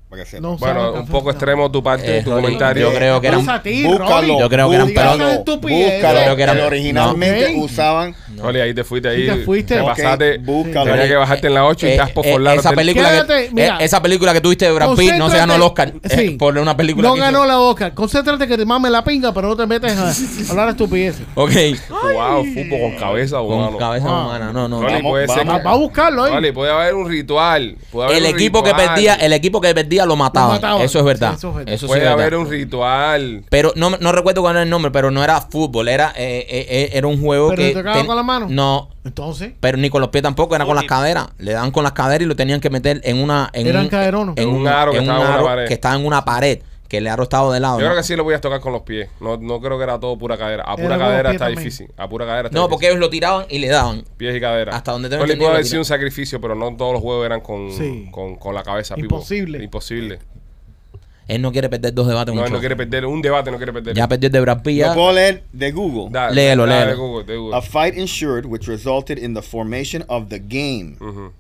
Speaker 4: Para que sepan.
Speaker 3: No
Speaker 1: Bueno,
Speaker 3: saben
Speaker 1: un poco
Speaker 3: hacer nada.
Speaker 1: extremo tu parte,
Speaker 2: Eh,
Speaker 1: tu
Speaker 2: Rolly,
Speaker 1: comentario.
Speaker 2: yo creo que era un-
Speaker 3: Pasa a ti,
Speaker 4: Búscalo.
Speaker 3: Rolly.
Speaker 2: Yo creo que eran
Speaker 4: búscalo,
Speaker 3: pelotas.
Speaker 4: Búscalo.
Speaker 3: Yo creo
Speaker 2: que eran-
Speaker 4: que originalmente
Speaker 3: no.
Speaker 4: usaban.
Speaker 1: Rolly, ahí te fuiste ahí.
Speaker 3: Sí, te fuiste.
Speaker 1: Te
Speaker 4: Ok,
Speaker 1: pasaste.
Speaker 4: búscalo.
Speaker 1: Tenía que bajarte en la 8 y
Speaker 2: Eh,
Speaker 1: estás por
Speaker 2: eh,
Speaker 1: forlar.
Speaker 2: esa película
Speaker 3: Quédate,
Speaker 2: que,
Speaker 3: mira.
Speaker 2: eh, esa película que tuviste de Brad Pitt no se ganó el Oscar
Speaker 3: Concéntrate.
Speaker 2: eh,
Speaker 3: Sí.
Speaker 2: por una película
Speaker 3: No
Speaker 2: que
Speaker 3: ganó
Speaker 2: hizo.
Speaker 3: la boca. Concéntrate que te mame la pinga, pero no te metes a hablar estupideces.
Speaker 2: Ok.
Speaker 1: Wow, fútbol con cabeza
Speaker 2: Con
Speaker 1: humano.
Speaker 2: cabeza
Speaker 3: Ah.
Speaker 2: humana, no, no.
Speaker 1: Rolly,
Speaker 4: Vamos,
Speaker 1: puede ser
Speaker 4: vamos.
Speaker 3: Va,
Speaker 1: que-
Speaker 3: va a buscarlo ¿eh? ahí.
Speaker 1: Rolly, puede haber un ritual. puede haber
Speaker 2: El
Speaker 1: un
Speaker 2: equipo que
Speaker 1: ritual,
Speaker 2: perdía, el equipo que perdía lo mataban.
Speaker 3: mataban.
Speaker 2: Eso es verdad.
Speaker 3: Sí, eso
Speaker 2: Eso,
Speaker 3: es verdad.
Speaker 2: sí es
Speaker 1: Puede
Speaker 2: verdad.
Speaker 1: haber un ritual.
Speaker 2: Pero no, no recuerdo cuál era el nombre, pero no era fútbol, era eh, eh, eh, era un juego
Speaker 3: ¿Pero
Speaker 2: que
Speaker 3: le tocaba con la mano?
Speaker 2: No,
Speaker 3: Entonces,
Speaker 2: pero ni con los pies tampoco, era con las
Speaker 5: Uy.
Speaker 2: caderas. Le dan con las caderas y lo tenían que meter en una en
Speaker 3: Eran
Speaker 2: un,
Speaker 3: caderones.
Speaker 2: en un aro, que, estaba en una pared. que estaba en una pared, que el aro estaba de lado.
Speaker 1: Yo
Speaker 2: ¿no?
Speaker 1: creo que sí lo voy a tocar con los pies. No, no creo que era todo pura cadera. A
Speaker 3: Era
Speaker 1: pura
Speaker 3: con los
Speaker 1: cadera
Speaker 3: pies
Speaker 1: está
Speaker 3: también.
Speaker 1: difícil. A pura cadera está
Speaker 2: No,
Speaker 1: difícil.
Speaker 2: porque ellos lo tiraban y le daban.
Speaker 1: Pies y cadera.
Speaker 2: Hasta donde tengo
Speaker 1: Rolly
Speaker 2: entendido
Speaker 1: pudo haber
Speaker 2: lo
Speaker 1: sido un
Speaker 2: tiene.
Speaker 1: sacrificio, pero no todos los juegos eran con,
Speaker 3: Sí.
Speaker 1: con, con la cabeza. Pipo.
Speaker 3: Imposible.
Speaker 1: Imposible.
Speaker 2: Él no quiere perder dos debates. en
Speaker 1: No,
Speaker 2: un
Speaker 1: él no
Speaker 2: show.
Speaker 1: quiere perder. Un debate no quiere perder.
Speaker 2: Ya perdió el de Brad Pitt,
Speaker 4: Lo
Speaker 2: ya.
Speaker 4: puedo leer de Google.
Speaker 1: Da-
Speaker 2: Léelo,
Speaker 1: dale,
Speaker 2: léelo.
Speaker 1: Google, de Google.
Speaker 4: A fight ensured which resulted in the formation of the game.
Speaker 1: Ujú.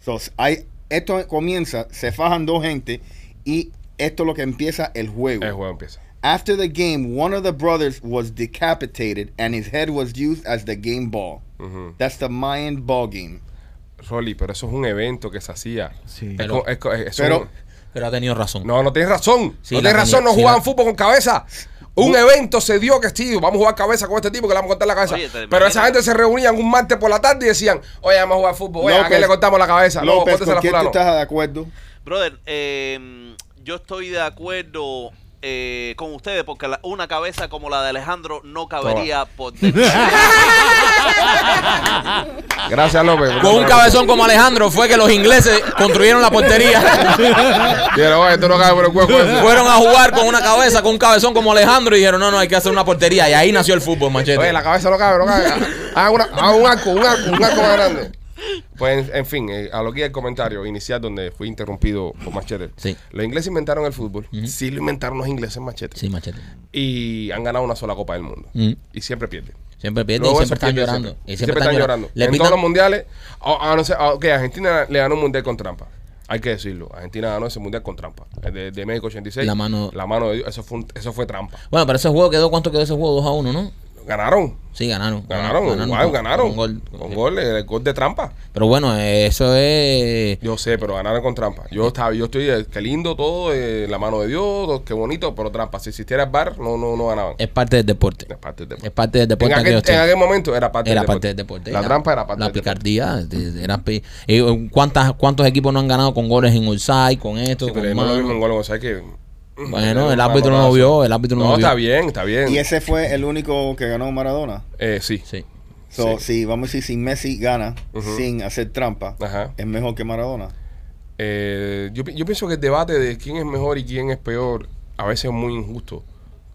Speaker 4: So, hay, esto comienza, se fajan dos gente y esto es lo que empieza el juego.
Speaker 1: El juego empieza.
Speaker 4: After the game, one of the brothers was decapitated and his head was used as the game ball.
Speaker 1: Ujú.
Speaker 4: That's the Mayan ball game.
Speaker 1: Rolly, pero eso es un evento que se hacía.
Speaker 3: Sí.
Speaker 1: Es
Speaker 2: Pero-
Speaker 1: co- es co- es- es
Speaker 4: pero-
Speaker 1: un-
Speaker 2: Pero ha tenido razón.
Speaker 1: no, no tienes razón.
Speaker 2: Sí,
Speaker 1: no
Speaker 2: la
Speaker 1: tienes razón,
Speaker 2: tenía-
Speaker 1: no
Speaker 2: sí,
Speaker 1: jugaban
Speaker 2: la- Uh.
Speaker 1: fútbol con cabeza. Un evento se dio que sí, vamos a jugar cabeza con este tipo que le vamos a cortar la cabeza.
Speaker 5: Oye, te
Speaker 1: pero
Speaker 5: imaginas.
Speaker 1: esa gente se reunían un martes por la tarde y decían, oye, vamos a jugar fútbol, oye, ¿a
Speaker 4: López,
Speaker 1: qué le cortamos la cabeza? No,
Speaker 4: López,
Speaker 1: córtesela
Speaker 4: ¿con
Speaker 1: a
Speaker 4: quién tú
Speaker 1: fulano.
Speaker 4: estás de acuerdo?
Speaker 5: Brother, eh, yo estoy de acuerdo eh, con ustedes porque la- una cabeza como la de Alejandro no cabería por dentro.
Speaker 1: Gracias, López.
Speaker 2: Con un cabezón como Alejandro fue que los ingleses construyeron la
Speaker 1: <laughs>
Speaker 2: portería.
Speaker 1: Dijeron, oye, tú no cabes por el
Speaker 2: <laughs>
Speaker 1: cuerpo. ese".
Speaker 2: Fueron a jugar con una cabeza, con un cabezón como Alejandro y dijeron, no, no, hay que hacer una portería. Y ahí nació el fútbol, machete.
Speaker 1: Oye, la cabeza no cabe, no cabe.
Speaker 2: <laughs>
Speaker 1: Haga una- haga un arco, un arco, un arco más grande. Pues, en, en fin, eh, a lo que es el comentario inicial donde fui interrumpido por Machete.
Speaker 2: Sí.
Speaker 1: Los ingleses inventaron el fútbol. Sí lo inventaron los ingleses, Machete.
Speaker 2: Sí, machete.
Speaker 1: Y han ganado una sola Copa del Mundo.
Speaker 2: Ujú.
Speaker 1: Y siempre pierden.
Speaker 2: Siempre pierden y
Speaker 1: Luego eso
Speaker 2: siempre están
Speaker 1: pierden
Speaker 2: llorando.
Speaker 1: siempre.
Speaker 2: Y
Speaker 1: Y siempre están llorando.
Speaker 2: Le
Speaker 1: en
Speaker 2: pitan-
Speaker 1: todos los mundiales, a, a no ser- a- ok, Argentina le ganó un mundial con trampa. Hay que decirlo. Argentina ganó ese mundial con trampa. El de, de México 86.
Speaker 2: La mano-
Speaker 1: La mano de Dios. Eso fue, un- eso fue trampa.
Speaker 2: Bueno, pero ese juego quedó, ¿cuánto quedó ese juego? 2 a 1, ¿no?
Speaker 1: Ganaron.
Speaker 2: Sí, ganaron.
Speaker 1: Ganaron, igual,
Speaker 2: con-
Speaker 1: ganaron.
Speaker 2: con
Speaker 1: Con
Speaker 2: gol.
Speaker 1: gol, el gol de trampa.
Speaker 2: Pero bueno, eh, eso es...
Speaker 1: Yo sé, pero ganaron con trampa. Yo estaba, yo estoy, eh, qué lindo todo, eh, la mano de Dios, todo, qué bonito, pero trampa. Si existiera el bar, no, no, no ganaban.
Speaker 2: Es parte del deporte.
Speaker 1: Es parte del deporte.
Speaker 2: Es parte del
Speaker 1: En
Speaker 2: deporte. que
Speaker 1: aquel,
Speaker 2: ellos
Speaker 1: en
Speaker 2: tienen.
Speaker 1: aquel momento era parte
Speaker 2: Era
Speaker 1: del
Speaker 2: parte
Speaker 1: deporte.
Speaker 2: del deporte.
Speaker 1: La trampa era parte
Speaker 2: La
Speaker 1: del deporte.
Speaker 2: picardía. de- de- Era, pi- eh, ¿cuántas, ¿Cuántos equipos no han ganado con goles en offside, con esto?
Speaker 1: Sí,
Speaker 2: con
Speaker 1: pero no es lo
Speaker 2: mano?
Speaker 1: mismo en gol, o sea que.
Speaker 2: Bueno, el árbitro no lo vio, el árbitro no
Speaker 1: No,
Speaker 2: lo vio.
Speaker 1: está bien, está bien.
Speaker 4: Y ese fue el único que ganó Maradona.
Speaker 1: Eh, sí.
Speaker 2: Sí.
Speaker 4: So, Si vamos a decir, si Messi gana
Speaker 1: Ujú.
Speaker 4: sin hacer trampa,
Speaker 1: Ajá.
Speaker 4: es mejor que Maradona.
Speaker 1: Eh, yo, pi- yo pienso que el debate de quién es mejor y quién es peor a veces es muy injusto,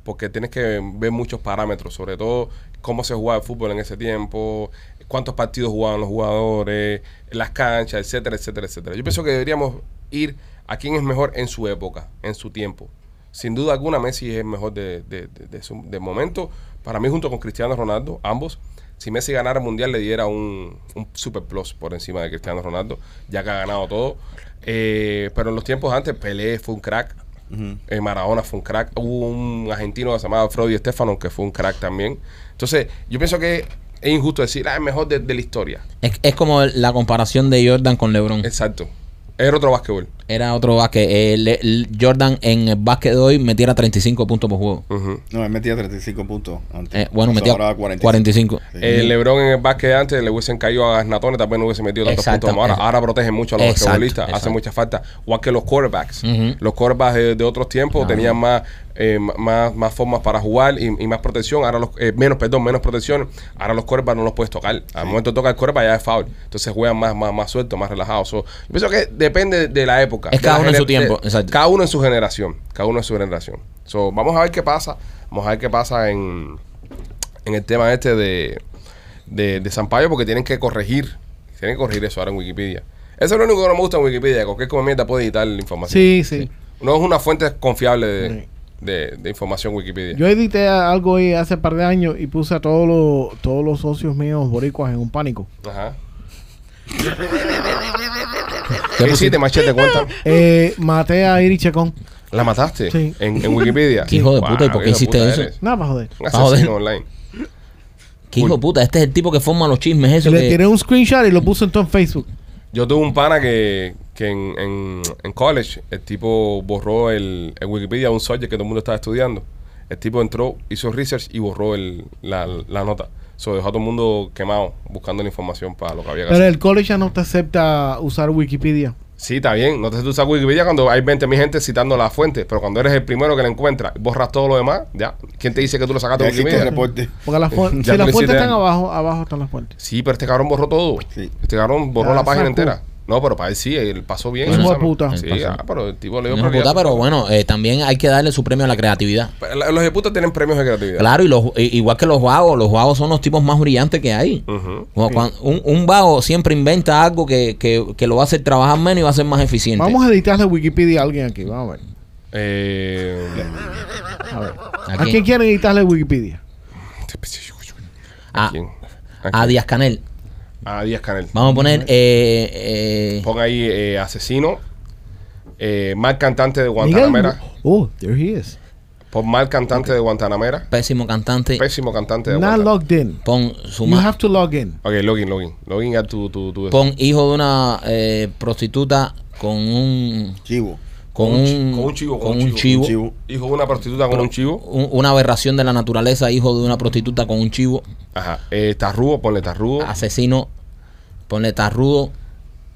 Speaker 1: porque tienes que ver muchos parámetros, sobre todo cómo se jugaba el fútbol en ese tiempo, cuántos partidos jugaban los jugadores, las canchas, etcétera, etcétera, etcétera. Yo pienso que deberíamos ir a quién es mejor en su época, en su tiempo. Sin duda alguna, Messi es el mejor de, de- de- de su- de momento. Para mí, junto con Cristiano Ronaldo, ambos. Si Messi ganara el Mundial, le diera un, un super plus por encima de Cristiano Ronaldo, ya que ha ganado todo. Eh, pero en los tiempos antes, Pelé fue un crack. eh, Maradona fue un crack. Hubo un argentino que se llamaba Frodi Estefano, que fue un crack también. Entonces, yo pienso que es injusto decir, ah, es mejor de, de la historia.
Speaker 2: Es, es como la comparación de Jordan con LeBron.
Speaker 1: Exacto. Era otro básquetbol.
Speaker 2: Era otro básquet. El- el Jordan en el básquet de hoy metiera 35 puntos por juego.
Speaker 1: Ujú.
Speaker 4: No, él metía 35 puntos antes.
Speaker 2: Eh, bueno,
Speaker 4: O sea,
Speaker 2: metía
Speaker 4: ahora va
Speaker 2: 45.
Speaker 4: 45. Sí.
Speaker 1: Eh, LeBron en el básquet de antes le hubiesen caído a Gasnatones, también no hubiese metido tantos
Speaker 2: Exacto,
Speaker 1: puntos como ahora.
Speaker 2: exacto.
Speaker 1: Ahora protegen mucho a los
Speaker 2: Exacto,
Speaker 1: basquetbolistas, hace
Speaker 2: exacto.
Speaker 1: mucha falta. Igual que los quarterbacks.
Speaker 2: Ujú.
Speaker 1: Los quarterbacks de, de otros tiempos tenían más, eh, m- más, más formas para jugar y, y más protección. Ahora los, eh, menos, perdón, menos protección. Ahora los quarterbacks no los puedes tocar. Al momento de tocar el quarterback ya es foul. Entonces juegan más, más, más suelto, más relajados. So, yo pienso que depende de la época.
Speaker 2: Es
Speaker 1: de la
Speaker 2: cada uno en su
Speaker 1: gener- de-
Speaker 2: tiempo, exacto.
Speaker 1: Cada uno en su generación. Cada uno en su generación. So, vamos a ver qué pasa. Vamos a ver qué pasa en en el tema este de, de, de Sampaio porque tienen que corregir. Tienen que corregir eso ahora en Wikipedia. Eso es lo único que no me gusta en Wikipedia. Cualquier como mierda puede editar la información.
Speaker 3: <laughs> Sí, sí.
Speaker 1: No es una fuente confiable de,
Speaker 3: Sí.
Speaker 1: de, de información Wikipedia.
Speaker 3: Yo edité algo ahí hace par de años y puse a todos los, todos los socios míos boricuas en un pánico.
Speaker 1: Ajá.
Speaker 2: ¿Qué
Speaker 1: ¿Qué hiciste,
Speaker 3: <laughs>
Speaker 1: machete? Cuenta.
Speaker 3: Eh, maté a Iri Chacón.
Speaker 1: ¿La mataste?
Speaker 3: Sí.
Speaker 1: En, en Wikipedia.
Speaker 2: Qué <laughs> hijo de puta, ¿y por
Speaker 1: hijo de
Speaker 2: qué hiciste
Speaker 1: puta
Speaker 2: eso?
Speaker 1: eres.
Speaker 3: Nada, para joder.
Speaker 1: Un
Speaker 2: Ah, joder.
Speaker 1: asesino online.
Speaker 2: ¿Qué hijo de puta? Este es el tipo que forma los chismes. Eso
Speaker 3: Le
Speaker 2: que-
Speaker 3: tiré un screenshot y lo puse en todo en Facebook.
Speaker 1: Yo tuve un pana que, que en, en, en college, el tipo borró el, en Wikipedia un subject que todo el mundo estaba estudiando. El tipo entró, hizo research y borró el, la, la nota. So, dejó a todo el mundo quemado buscando la información para lo que había que
Speaker 3: Pero
Speaker 1: hacer.
Speaker 3: el college ya no te acepta usar Wikipedia.
Speaker 1: Sí, está bien. No te usas Wikipedia cuando hay 20.000 gente citando la fuente. Pero cuando eres el primero que la encuentra, borras todo lo demás, ya. ¿Quién te dice que tú lo sacaste de
Speaker 4: Ya existe el
Speaker 1: Wikipedia?
Speaker 4: reporte.
Speaker 1: <laughs>
Speaker 3: Porque las fuentes,
Speaker 1: Ya
Speaker 3: si
Speaker 1: tú
Speaker 3: las
Speaker 1: le
Speaker 3: fuentes
Speaker 1: hiciste
Speaker 3: están
Speaker 1: algo.
Speaker 3: abajo, abajo están las fuentes.
Speaker 1: Sí, pero este cabrón borró todo.
Speaker 2: Pues
Speaker 4: Sí.
Speaker 1: Este cabrón borró
Speaker 3: Ah,
Speaker 1: la página
Speaker 3: saco.
Speaker 1: entera. No, pero para él sí, él pasó bien.
Speaker 3: Hijo
Speaker 1: su
Speaker 3: de
Speaker 1: examen.
Speaker 3: puta.
Speaker 1: Sí,
Speaker 2: Pasó.
Speaker 1: ah, pero el tipo le dio
Speaker 2: Hijo de puta,
Speaker 1: prioridad.
Speaker 2: pero bueno, eh, también hay que darle su premio a la creatividad.
Speaker 1: Pero Pues, la- Los ejecutas tienen premios de creatividad.
Speaker 2: Claro, y los, i- igual que los vagos, los vagos son los tipos más brillantes que hay.
Speaker 1: Ujú.
Speaker 2: Cu- cuan- un, un vago siempre inventa algo que, que- que lo va a hacer trabajar menos y va a ser más eficiente.
Speaker 3: Vamos a editarle Wikipedia a alguien aquí. Vamos a ver.
Speaker 1: Eh,
Speaker 3: A, ver.
Speaker 2: ¿A
Speaker 3: ¿A,
Speaker 2: quién?
Speaker 3: quién? quieren editarle Wikipedia?
Speaker 2: a,
Speaker 1: ¿Quién?
Speaker 2: a Díaz Canel.
Speaker 1: A Díaz Canel.
Speaker 2: Vamos a poner. eh, eh,
Speaker 1: Pon ahí eh, asesino. Eh, mal cantante de
Speaker 3: Miguel.
Speaker 1: Guantanamera.
Speaker 3: Oh, there he is.
Speaker 1: Pon mal cantante de Guantanamera.
Speaker 2: pésimo cantante.
Speaker 1: Pésimo cantante de
Speaker 3: Not
Speaker 1: Guantanamera.
Speaker 3: logged in.
Speaker 2: Pon su
Speaker 3: You
Speaker 2: ma-
Speaker 3: have to log in.
Speaker 1: Ok, login, login. Login a tu. tu, tu
Speaker 2: Pon hijo de una eh, prostituta con un.
Speaker 4: Chivo.
Speaker 2: Con,
Speaker 1: Con un chi-
Speaker 2: un,
Speaker 1: con un chivo,
Speaker 2: Con un chivo.
Speaker 4: Chivo.
Speaker 1: Hijo de una prostituta con un chivo.
Speaker 2: Un- una aberración de la naturaleza, hijo de una prostituta con un chivo.
Speaker 1: Ajá. Eh, tarrugo, ponle tarrugo.
Speaker 2: Ah, asesino, ponle tarrudo,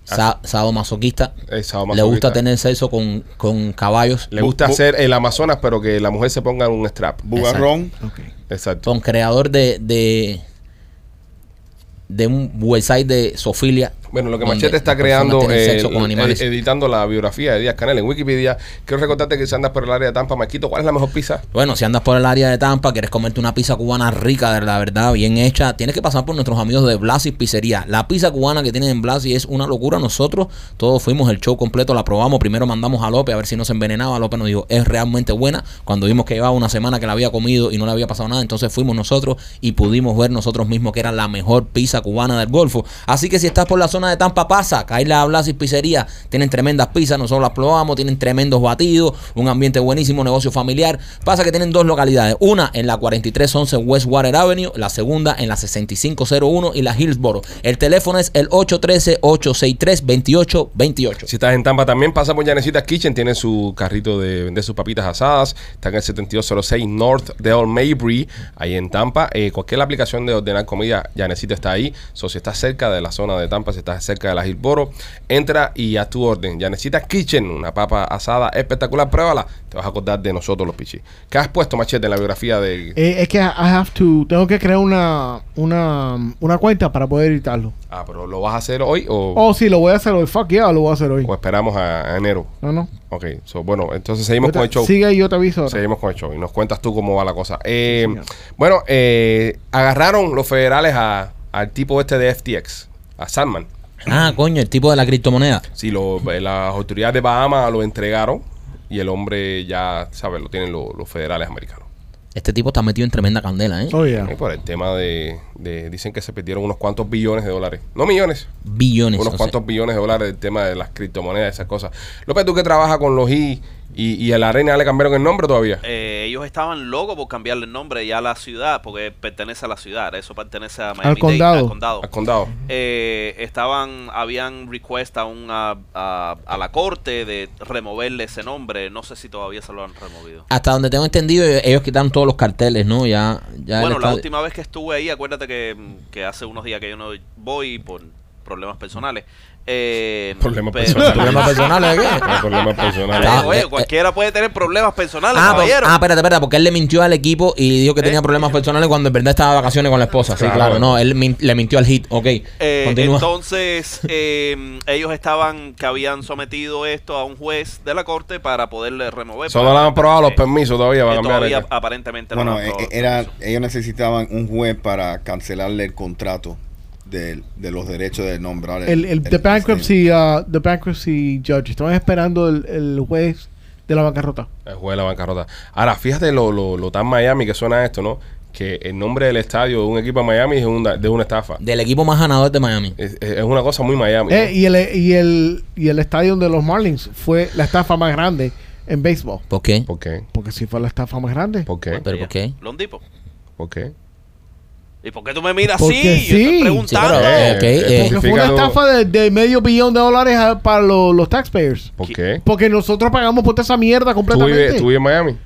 Speaker 2: sa- sadomasoquista.
Speaker 1: Eh, sadomasoquista.
Speaker 2: Le gusta tener sexo con, con caballos.
Speaker 1: Le gusta
Speaker 4: Bu- bu-
Speaker 1: hacer el Amazonas, pero que la mujer se ponga un strap.
Speaker 4: Bugarrón.
Speaker 3: Ok.
Speaker 1: Exacto.
Speaker 2: Son creador de, de, de un website de sofilia.
Speaker 1: Bueno, lo que
Speaker 2: donde
Speaker 1: Machete está
Speaker 2: las personas
Speaker 1: creando,
Speaker 2: tienen
Speaker 1: eh,
Speaker 2: sexo con
Speaker 1: el-
Speaker 2: animales.
Speaker 1: ed- editando la biografía de Díaz Canel en Wikipedia, quiero recordarte que si andas por el área de Tampa, Maquito, ¿cuál es la mejor pizza?
Speaker 2: bueno, si andas por el área de Tampa, quieres comerte una pizza cubana rica, de la verdad, bien hecha, tienes que pasar por nuestros amigos de Blasi Pizzería. La pizza cubana que tienen en Blasi es una locura. Nosotros todos fuimos el show completo, la probamos. Primero mandamos a López a ver si nos envenenaba. López nos dijo, es realmente buena. Cuando vimos que llevaba una semana que la había comido y no le había pasado nada, entonces fuimos nosotros y pudimos ver nosotros mismos que era la mejor pizza cubana del Golfo. Así que si estás por la zona de Tampa, pasa. Caíla a Blasi Pizzería. Tienen tremendas pizzas, nosotros las probamos. Tienen tremendos batidos, un ambiente buenísimo, negocio familiar. Pasa que tienen dos localidades. Una en la 4311 Westwater Avenue, la segunda en la 6501 y la Hillsboro. El teléfono es el 813-863-2828.
Speaker 1: Si estás en Tampa también, pasa por Llanecitas Kitchen, tiene su carrito de vender sus papitas asadas, está en el 7206 North de Old Maybury, ahí en Tampa. Eh, cualquier aplicación de ordenar comida, Llanecita está ahí. So, si estás cerca de la zona de Tampa, si estás cerca de la Gilboro, entra y haz tu orden. Llanecitas Kitchen, una papa asada espectacular, pruébala. Te vas a acordar de nosotros los pichis. ¿Qué has puesto, Machete, en la biografía de...
Speaker 3: Eh, es que I have to, tengo que crear una, una, una cuenta para poder editarlo.
Speaker 1: Ah, pero ¿lo vas a hacer hoy o,
Speaker 3: Oh, sí, lo voy a hacer hoy. Fuck yeah, lo voy a hacer hoy.
Speaker 1: o esperamos a, a enero?
Speaker 3: No, no.
Speaker 1: Ok, so, bueno, entonces seguimos
Speaker 3: Yo te-
Speaker 1: con el show.
Speaker 3: Sigue y yo te aviso. ahora.
Speaker 1: Seguimos con el show y nos cuentas tú cómo va la cosa. Eh,
Speaker 3: señor.
Speaker 1: bueno, eh, agarraron los federales a- al tipo este de FTX, a Sandman.
Speaker 2: Ah, coño, el tipo de la criptomoneda.
Speaker 1: Sí, lo- eh, las autoridades de Bahamas lo entregaron y el hombre ya, ¿sabes? Lo tienen lo- los federales americanos.
Speaker 2: Este tipo está metido en tremenda candela, ¿eh?
Speaker 3: Oh, yeah.
Speaker 1: Y por el tema de, de- Dicen que se perdieron unos cuantos billones de dólares. No millones,
Speaker 2: Billones.
Speaker 1: unos
Speaker 2: o sea,
Speaker 1: cuantos billones de dólares del tema de las criptomonedas, esas cosas. López, tú que trabajas con los I ¿Y, y a la arena le cambiaron el nombre todavía?
Speaker 5: Eh, ellos estaban locos por cambiarle el nombre ya a la ciudad, porque pertenece a la ciudad, eso pertenece a Miami-Dade,
Speaker 3: condado.
Speaker 5: al condado.
Speaker 1: Al condado.
Speaker 5: Eh, estaban, habían request a, un- a- a- a la corte de removerle ese nombre. No sé si todavía se lo han removido.
Speaker 2: Hasta donde tengo entendido, ellos quitaron todos los carteles, ¿no? Ya, ya el
Speaker 5: bueno, la
Speaker 2: estadio-
Speaker 5: última vez que estuve ahí, acuérdate que, que hace unos días que yo no voy por problemas personales. Eh,
Speaker 1: Problemas
Speaker 5: pero- <laughs>
Speaker 1: personales.
Speaker 2: ¿Problemas personales de qué?
Speaker 1: No hay problema personal.
Speaker 2: Ah,
Speaker 5: Oye,
Speaker 2: eh,
Speaker 5: cualquiera puede tener problemas personales,
Speaker 2: Ah, pero-
Speaker 5: caballero.
Speaker 2: ah, espérate, espérate, porque él le mintió al equipo y
Speaker 5: Eh,
Speaker 2: dijo que tenía problemas personales cuando en verdad estaba de vacaciones con la esposa. Sí,
Speaker 1: Claro.
Speaker 2: claro, no, él min- le mintió al hit. Ok,
Speaker 5: Eh,
Speaker 2: continúa. <laughs>
Speaker 5: entonces, eh, ellos estaban que habían sometido esto a un juez de la corte para poderle remover.
Speaker 1: Solo le han aprobado los permisos todavía para
Speaker 5: Eh,
Speaker 1: cambiar
Speaker 5: todavía
Speaker 1: el-
Speaker 5: aparentemente
Speaker 4: Bueno,
Speaker 5: no. han
Speaker 4: eh,
Speaker 5: aprobado.
Speaker 4: era, ellos necesitaban un juez para cancelarle el contrato del- de, los derechos de nombrar
Speaker 3: El, el, the, bankruptcy, uh, the bankruptcy judge. Estaban esperando el, el juez de la bancarrota.
Speaker 1: El juego de la bancarrota. Ahora, fíjate lo, lo, lo tan Miami que suena esto, ¿no? Que el nombre del estadio de un equipo de Miami es una, de una estafa.
Speaker 2: Del equipo más ganador de Miami.
Speaker 1: Es, es- es una cosa muy Miami. ¿no?
Speaker 3: Eh, y, el, y, el, y el estadio de los Marlins fue la estafa más grande en béisbol.
Speaker 2: ¿Por qué?
Speaker 1: ¿Por qué?
Speaker 3: Porque sí fue la estafa más grande.
Speaker 1: ¿Por qué?
Speaker 2: ¿Pero por qué?
Speaker 5: Lon Dipo.
Speaker 1: ¿por qué?
Speaker 5: ¿Y por qué tú me miras
Speaker 3: Porque
Speaker 5: así? Yo
Speaker 3: sí.
Speaker 5: estoy
Speaker 2: Sí,
Speaker 5: preguntando.
Speaker 2: pero, eh, ok, eh,
Speaker 3: Porque fue una
Speaker 1: Justifícalo.
Speaker 3: estafa de, de medio billón de dólares a- para lo- los taxpayers.
Speaker 1: ¿Por qué?
Speaker 3: Porque nosotros pagamos por toda esa mierda
Speaker 1: ¿Tú
Speaker 3: completamente.
Speaker 1: vives, tú vives en Miami? Eh,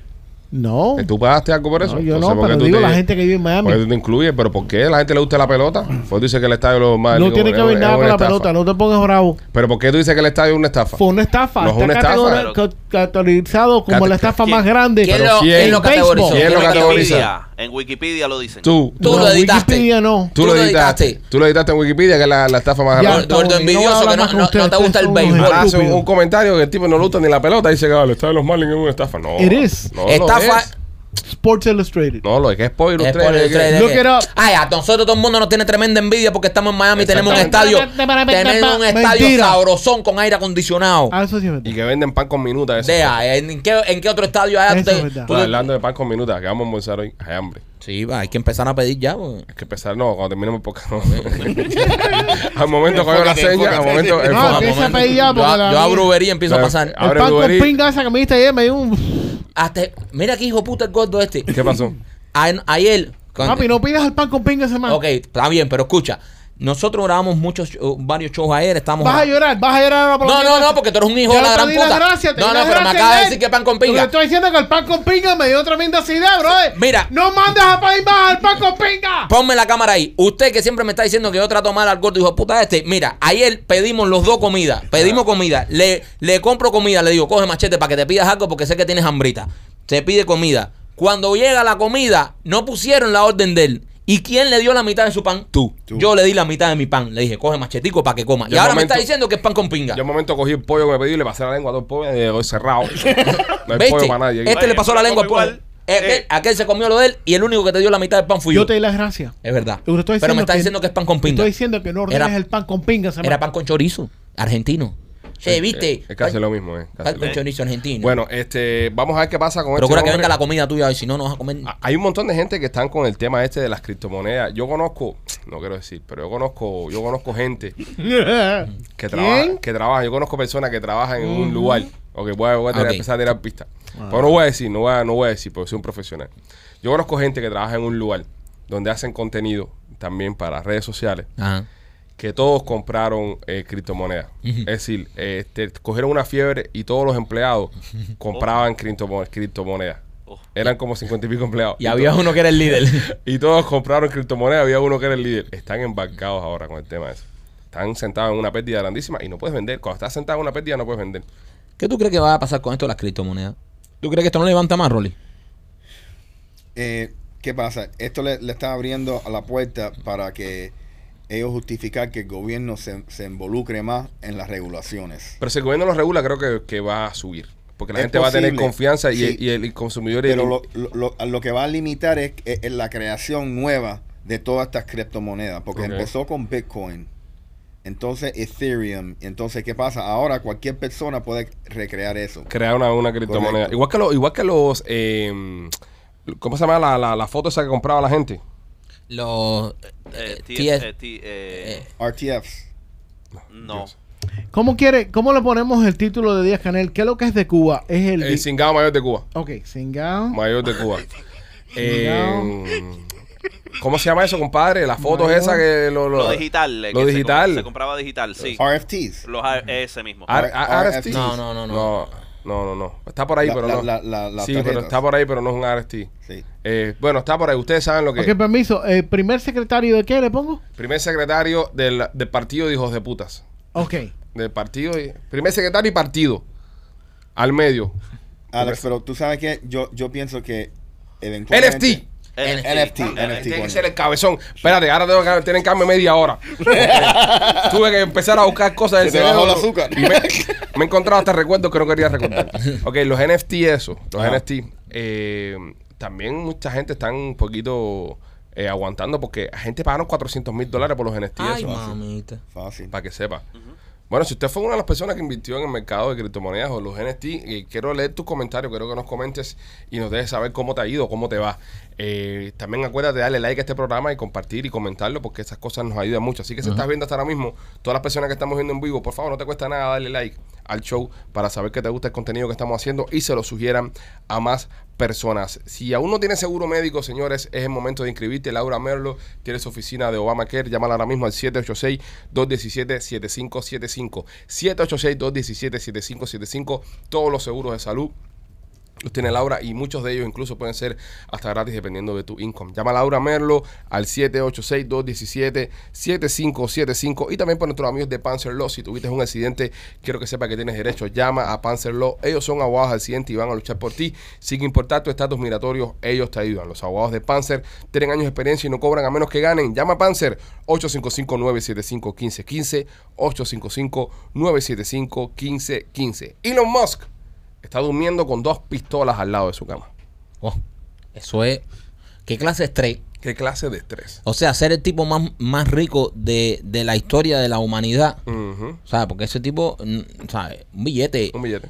Speaker 3: No.
Speaker 1: ¿Tú pagaste algo por eso?
Speaker 3: No, yo
Speaker 1: Entonces,
Speaker 3: no,
Speaker 1: ¿por qué
Speaker 3: pero
Speaker 1: tú
Speaker 3: digo
Speaker 1: te-
Speaker 3: la gente que vive en Miami. Ah.
Speaker 1: ¿Por qué tú te incluyes? ¿Pero por qué? ¿La gente le gusta la pelota? Pues dice que el estadio lo más.
Speaker 3: No tiene que ver nada con la pelota, no te pongas bravo.
Speaker 1: ¿Pero por qué tú dices que el estadio es una estafa?
Speaker 3: Fue una estafa.
Speaker 1: No es
Speaker 3: está
Speaker 1: una estafa.
Speaker 3: categori- ca- categorizado como
Speaker 1: Cate-
Speaker 3: la estafa
Speaker 5: ¿Quién-
Speaker 3: más grande.
Speaker 2: ¿Quién
Speaker 1: Pero
Speaker 2: lo,
Speaker 1: ¿quién?
Speaker 2: quién lo categorizó?
Speaker 3: Béisbol.
Speaker 1: ¿Quién lo
Speaker 5: En
Speaker 1: categoriza?
Speaker 5: Wikipedia, en Wikipedia lo dicen.
Speaker 1: Tú.
Speaker 2: Tú
Speaker 3: No,
Speaker 2: lo editaste.
Speaker 3: Wikipedia no.
Speaker 1: Tú,
Speaker 2: Tú
Speaker 1: lo
Speaker 2: lo
Speaker 1: editaste.
Speaker 2: editaste.
Speaker 1: Tú lo editaste en Wikipedia, que es la, la estafa más
Speaker 3: Ya,
Speaker 1: grande.
Speaker 2: Gordo
Speaker 3: cabrón,
Speaker 2: envidioso
Speaker 3: voy a hablar
Speaker 2: que no-
Speaker 3: más con
Speaker 2: no- no te
Speaker 3: ustedes,
Speaker 2: gusta el
Speaker 3: son unos
Speaker 2: béisbol.
Speaker 1: Ahora hace un,
Speaker 3: estúpidos.
Speaker 1: Ah, un comentario que el tipo no le gusta ni la pelota. Dice que "Ah, el estadio de los Marlins es una estafa. No.
Speaker 3: It is.
Speaker 1: No lo
Speaker 2: Estafa.
Speaker 1: es.
Speaker 3: Sports Illustrated.
Speaker 1: No, lo es que es spoiler.
Speaker 2: Es
Speaker 1: ustedes,
Speaker 2: por el
Speaker 1: es que-
Speaker 2: trailer
Speaker 3: Look
Speaker 2: que-
Speaker 3: it up.
Speaker 2: Ay, a nosotros todo el mundo nos tiene tremenda envidia porque estamos en Miami y tenemos un estadio.
Speaker 3: Exactamente.
Speaker 2: Tenemos un estadio
Speaker 3: Mentira.
Speaker 2: sabrosón con aire acondicionado.
Speaker 3: Ah, eso sí es
Speaker 1: Y
Speaker 3: verdad.
Speaker 1: que venden pan con minuta. Eso.
Speaker 2: Dea, ¿en qué, en qué otro estadio hay
Speaker 3: Eso es
Speaker 2: antes?
Speaker 3: verdad.
Speaker 2: Tú-
Speaker 1: Estoy hablando de pan con minuta, que vamos a almorzar hoy. Hay hambre.
Speaker 2: Sí, va, hay que empezar a pedir ya. pues.
Speaker 3: Ah,
Speaker 1: Hay que empezar, no, cuando terminemos porque
Speaker 2: <laughs>
Speaker 1: no. al momento que hago la
Speaker 4: Enfócate,
Speaker 1: seña, al
Speaker 4: enfócate.
Speaker 1: momento.
Speaker 2: Ah,
Speaker 4: No,
Speaker 1: enfócate.
Speaker 3: que Empieza a pedir ya,
Speaker 2: yo,
Speaker 3: porque la-
Speaker 2: yo abro Uber y empiezo a
Speaker 1: Claro.
Speaker 2: pasar.
Speaker 1: Ah.
Speaker 3: El
Speaker 1: Abre
Speaker 3: pan con
Speaker 1: Uber Eats.
Speaker 3: pinga esa que me diste ayer me dio un...
Speaker 2: Hasta- mira que hijo de puta el gordo este.
Speaker 1: ¿Qué pasó?
Speaker 2: A- ayer. con-
Speaker 3: Papi, no pidas el pan con pinga esa man.
Speaker 2: ok, está bien, pero escucha. Nosotros grabamos muchos, show- varios shows ayer. Estamos
Speaker 3: Vas a llorar, vas a llorar ahora por
Speaker 2: No,
Speaker 3: la
Speaker 2: no,
Speaker 3: mierda.
Speaker 2: no, porque tú eres un hijo
Speaker 3: Ya
Speaker 2: de la
Speaker 3: te
Speaker 2: gran
Speaker 3: di
Speaker 2: puta.
Speaker 3: gracia, te
Speaker 2: No,
Speaker 3: di
Speaker 2: no,
Speaker 3: las
Speaker 2: pero me
Speaker 3: gracias
Speaker 2: acaba de
Speaker 3: ayer.
Speaker 2: decir que pan con pinga.
Speaker 3: Yo Te estoy diciendo que el pan con pinga me dio tremenda idea, bro. eh.
Speaker 2: Mira.
Speaker 3: No mandes a pedir más al pan con pinga.
Speaker 2: Ponme la cámara ahí. Usted que siempre me está diciendo que yo trato mal al gordo hijo de puta este. Mira, ayer pedimos los dos comida. Pedimos comida. Le, le compro comida. Le digo, coge machete para que te pidas algo porque sé que tienes hambrita. Se pide comida. Cuando llega la comida, no pusieron la orden de él. ¿Y quién le dio la mitad de su pan? Tú. Yo le di la mitad de mi pan. Le dije, coge machetico para que coma.
Speaker 1: Yo
Speaker 2: y ahora
Speaker 1: momento-
Speaker 2: me está diciendo que es pan con pinga.
Speaker 1: Yo un momento cogí el pollo que me pedí y le pasé la lengua a todo el pollo y le digo,
Speaker 2: <laughs>
Speaker 1: cerrado. No hay pollo
Speaker 2: ¿Viste?
Speaker 1: para nadie. aquí.
Speaker 2: Este le pasó la
Speaker 5: Yo
Speaker 2: lengua al
Speaker 5: como
Speaker 2: pueblo.
Speaker 5: igual.
Speaker 2: Aquel,
Speaker 5: Eh.
Speaker 2: aquel se comió lo de él y el único que te dio la mitad del pan fui yo.
Speaker 3: Yo te di las gracias.
Speaker 2: Es verdad.
Speaker 3: Yo te estoy
Speaker 2: Pero me
Speaker 3: diciendo
Speaker 2: está
Speaker 3: que-
Speaker 2: diciendo que es pan con pinga.
Speaker 3: Estoy diciendo que no ordenes
Speaker 2: Era-
Speaker 3: el pan con pinga. se
Speaker 2: Era
Speaker 3: llama.
Speaker 2: pan con chorizo, argentino. Che, viste.
Speaker 1: Eh, Es casi lo mismo, ¿eh?
Speaker 2: Pan
Speaker 1: Casi lo
Speaker 2: con
Speaker 1: mismo.
Speaker 2: chorizo argentino.
Speaker 1: Bueno, este, vamos a ver qué pasa con
Speaker 2: Procura que
Speaker 1: este hombre.
Speaker 2: venga la comida tuya hoy, si no, no vas a comer.
Speaker 1: Ah, Hay un montón de gente que están con el tema este de las criptomonedas. Yo conozco, no quiero decir, pero yo conozco, yo conozco gente
Speaker 3: <laughs>
Speaker 1: que trabaja, que trabaja. Yo conozco personas que trabajan en un lugar. Ok, voy a, voy a tener-
Speaker 2: Ok.
Speaker 1: empezar a tirar pistas. Pero no voy a decir, no voy a, no voy a decir, porque soy un profesional. Yo conozco gente que trabaja en un lugar donde hacen contenido también para redes sociales
Speaker 2: Ajá.
Speaker 1: que todos compraron eh, criptomonedas. Es decir, eh, este, cogieron una fiebre y todos los
Speaker 2: <laughs>
Speaker 1: empleados compraban criptomo- criptomonedas.
Speaker 5: Oh.
Speaker 1: Eran como 50 y pico empleados.
Speaker 2: Y había uno que era el líder. <laughs>
Speaker 1: Y todos compraron criptomonedas, había uno que era el líder. Están embarcados ahora con el tema ese. Están sentados en una pérdida grandísima y no puedes vender. Cuando estás sentado en una pérdida no puedes vender.
Speaker 2: ¿Qué tú crees que va a pasar con esto de las criptomonedas? ¿Tú crees que esto no levanta más, Rolly?
Speaker 4: Eh, ¿Qué pasa? Esto le, le está abriendo a la puerta para que ellos justificar que el gobierno se, se involucre más en las regulaciones.
Speaker 1: Pero si el gobierno lo regula, creo que, que va a subir. Porque la
Speaker 4: Es
Speaker 1: gente va a tener
Speaker 4: posible.
Speaker 1: confianza y,
Speaker 4: Sí.
Speaker 1: y el, y el consumidor... y el-
Speaker 4: Pero lo, lo- lo- a lo que va a limitar es, es- es la creación nueva de todas estas criptomonedas, porque
Speaker 1: Ok.
Speaker 4: empezó con Bitcoin, entonces Ethereum, entonces ¿qué pasa? Ahora cualquier persona puede recrear eso.
Speaker 1: crear una, una criptomoneda.
Speaker 4: Correcto.
Speaker 1: Igual que, lo- igual que los... eh, ¿Cómo se llama la, la, la foto esa que compraba la gente?
Speaker 2: Los.
Speaker 5: Eh,
Speaker 2: eh,
Speaker 5: ti-
Speaker 2: TS
Speaker 5: eh, ti- eh,
Speaker 2: eh,
Speaker 4: RTFs.
Speaker 5: no.
Speaker 1: Dios.
Speaker 3: ¿Cómo quiere, cómo le ponemos el título de Díaz Canel? ¿Qué es lo que es de Cuba? Es el.
Speaker 1: El cingado mayor de Cuba.
Speaker 3: ok, Singao.
Speaker 1: Mayor de
Speaker 3: <laughs>
Speaker 1: Cuba. Eh, ¿Cómo se llama eso, compadre? Las fotos
Speaker 3: Mayor.
Speaker 1: esas que lo, lo-
Speaker 5: Lo digital. eh,
Speaker 1: Lo
Speaker 5: que se
Speaker 1: digital. Ah,
Speaker 5: com- Se, compraba digital, sí.
Speaker 4: RFTs.
Speaker 5: Los A- ese mismo.
Speaker 1: Ar- a-
Speaker 4: RFT.
Speaker 1: RFT.
Speaker 2: No, no, no, no.
Speaker 1: No, no, no, no. Está por ahí,
Speaker 4: La-
Speaker 1: pero
Speaker 4: la-
Speaker 1: no.
Speaker 4: la- la- las
Speaker 1: sí, pero
Speaker 4: tarjetas.
Speaker 1: está por ahí, pero no es un RST.
Speaker 4: Sí.
Speaker 1: Eh, bueno, está por ahí. Ustedes saben lo que.
Speaker 3: Ok, permiso. ¿El primer secretario de qué le pongo?
Speaker 1: Primer secretario del, del partido de hijos de putas.
Speaker 3: Ok.
Speaker 1: Del partido. y- Primer secretario y partido. Al medio.
Speaker 4: Alex, pero tú sabes que yo, yo pienso que eventualmente.
Speaker 1: LFT.
Speaker 5: NFT.
Speaker 4: NFT,
Speaker 5: Ah,
Speaker 1: Tiene
Speaker 4: NFT.
Speaker 1: que
Speaker 4: coño.
Speaker 1: ser el cabezón. Espérate, ahora tengo que tener cambio media <laughs> hora. Tuve que empezar a buscar cosas del
Speaker 4: Se te bajó
Speaker 1: cerebro.
Speaker 4: el azúcar.
Speaker 1: Y me, me he encontrado hasta recuerdos que no quería <laughs> recordar. Ok, los NFT, eso. Los
Speaker 4: Ajá.
Speaker 1: NFT. eh, también mucha gente está un poquito eh, aguantando porque la gente pagaron 400 mil dólares por los NFT.
Speaker 2: Ay,
Speaker 1: eso,
Speaker 2: mamita.
Speaker 4: Fácil.
Speaker 1: para que sepa. Bueno, si usted fue una de las personas que invirtió en el mercado de criptomonedas o los NFT, eh, quiero leer tus comentarios, quiero que nos comentes y nos dejes saber cómo te ha ido, cómo te va. Eh, también acuérdate de darle like a este programa y compartir y comentarlo porque esas cosas nos ayudan mucho. Así que si estás viendo hasta ahora mismo, todas las personas que estamos viendo en vivo, por favor, no te cuesta nada darle like al show para saber que te gusta el contenido que estamos haciendo y se lo sugieran a más personas. Si aún no tienes seguro médico, señores, es el momento de inscribirte. Laura Merlo tiene su oficina de Obamacare. Llámala ahora mismo al 786-217-7575. 786-217-7575. Todos los seguros de salud los tiene Laura y muchos de ellos incluso pueden ser hasta gratis dependiendo de tu income. Llama a Laura Merlo al 786-217-7575 y también por nuestros amigos de Panzer Law. Si tuviste un accidente, quiero que sepa que tienes derecho. Llama a Panzer Law. Ellos son abogados de accidente y van a luchar por ti. Sin importar tu estatus migratorio, ellos te ayudan. Los abogados de Panzer tienen años de experiencia y no cobran a menos que ganen. Llama a Panzer 855-975-1515, 855-975-1515. Elon Musk está durmiendo con dos pistolas al lado de su cama.
Speaker 2: Oh, eso es. ¿Qué clase de estrés?
Speaker 1: ¿Qué clase de estrés?
Speaker 2: O sea, ser el tipo más, más rico de, de la historia de la humanidad.
Speaker 1: Ujú.
Speaker 2: ¿Sabes? Porque ese tipo, mm, ¿sabes? Un billete.
Speaker 1: Un billete.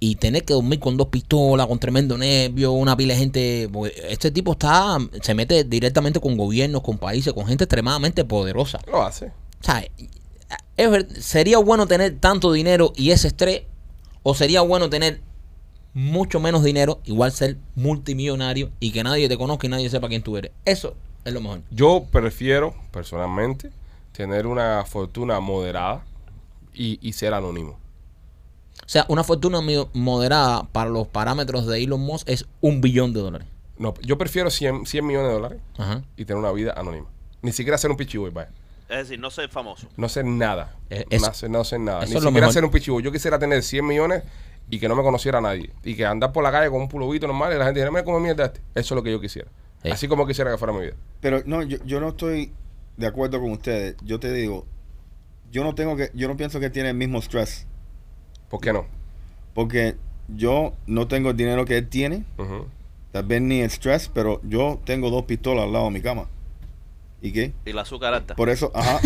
Speaker 2: Y tener que dormir con dos pistolas, con tremendo nervio, una pila de gente. porque Este tipo está. Se mete directamente con gobiernos, con países, con gente extremadamente poderosa.
Speaker 1: Lo hace.
Speaker 2: ¿Sabes? Es ver- ¿Sería bueno tener tanto dinero y ese estrés? ¿O sería bueno tener mucho menos dinero, igual ser multimillonario y que nadie te conozca y nadie sepa quién tú eres? Eso es lo mejor.
Speaker 1: Yo prefiero, personalmente, tener una fortuna moderada y, y ser anónimo.
Speaker 2: O sea, una fortuna mi- moderada para los parámetros de Elon Musk es un billón de dólares.
Speaker 1: No, yo prefiero 100, 100 millones de dólares
Speaker 2: Ajá.
Speaker 1: y tener una vida anónima. Ni siquiera ser un pichiboy, vaya.
Speaker 5: Es decir, no ser famoso.
Speaker 1: No ser nada.
Speaker 2: Eh, eso-
Speaker 1: no, ser, no ser nada.
Speaker 2: eso
Speaker 1: Ni
Speaker 2: es lo
Speaker 1: siquiera
Speaker 2: mejor.
Speaker 1: ser un pichiboy. Yo quisiera tener 100 millones y que no me conociera nadie. Y que andar por la calle con un pulovito normal y la gente dijera, mira cómo mierda este. Eso es lo que yo quisiera.
Speaker 2: Eh.
Speaker 1: Así como quisiera que fuera mi vida.
Speaker 4: Pero no, yo, yo no estoy de acuerdo con ustedes. Yo te digo, yo no tengo que, yo no pienso que tiene el mismo stress.
Speaker 1: ¿Por qué no?
Speaker 4: Porque yo no tengo el dinero que él tiene,
Speaker 1: Ujú.
Speaker 4: tal vez ni el stress, pero yo tengo dos pistolas al lado de mi cama. ¿Y qué?
Speaker 5: Y la azúcar
Speaker 1: Pues-
Speaker 5: alta.
Speaker 4: Por eso, ajá.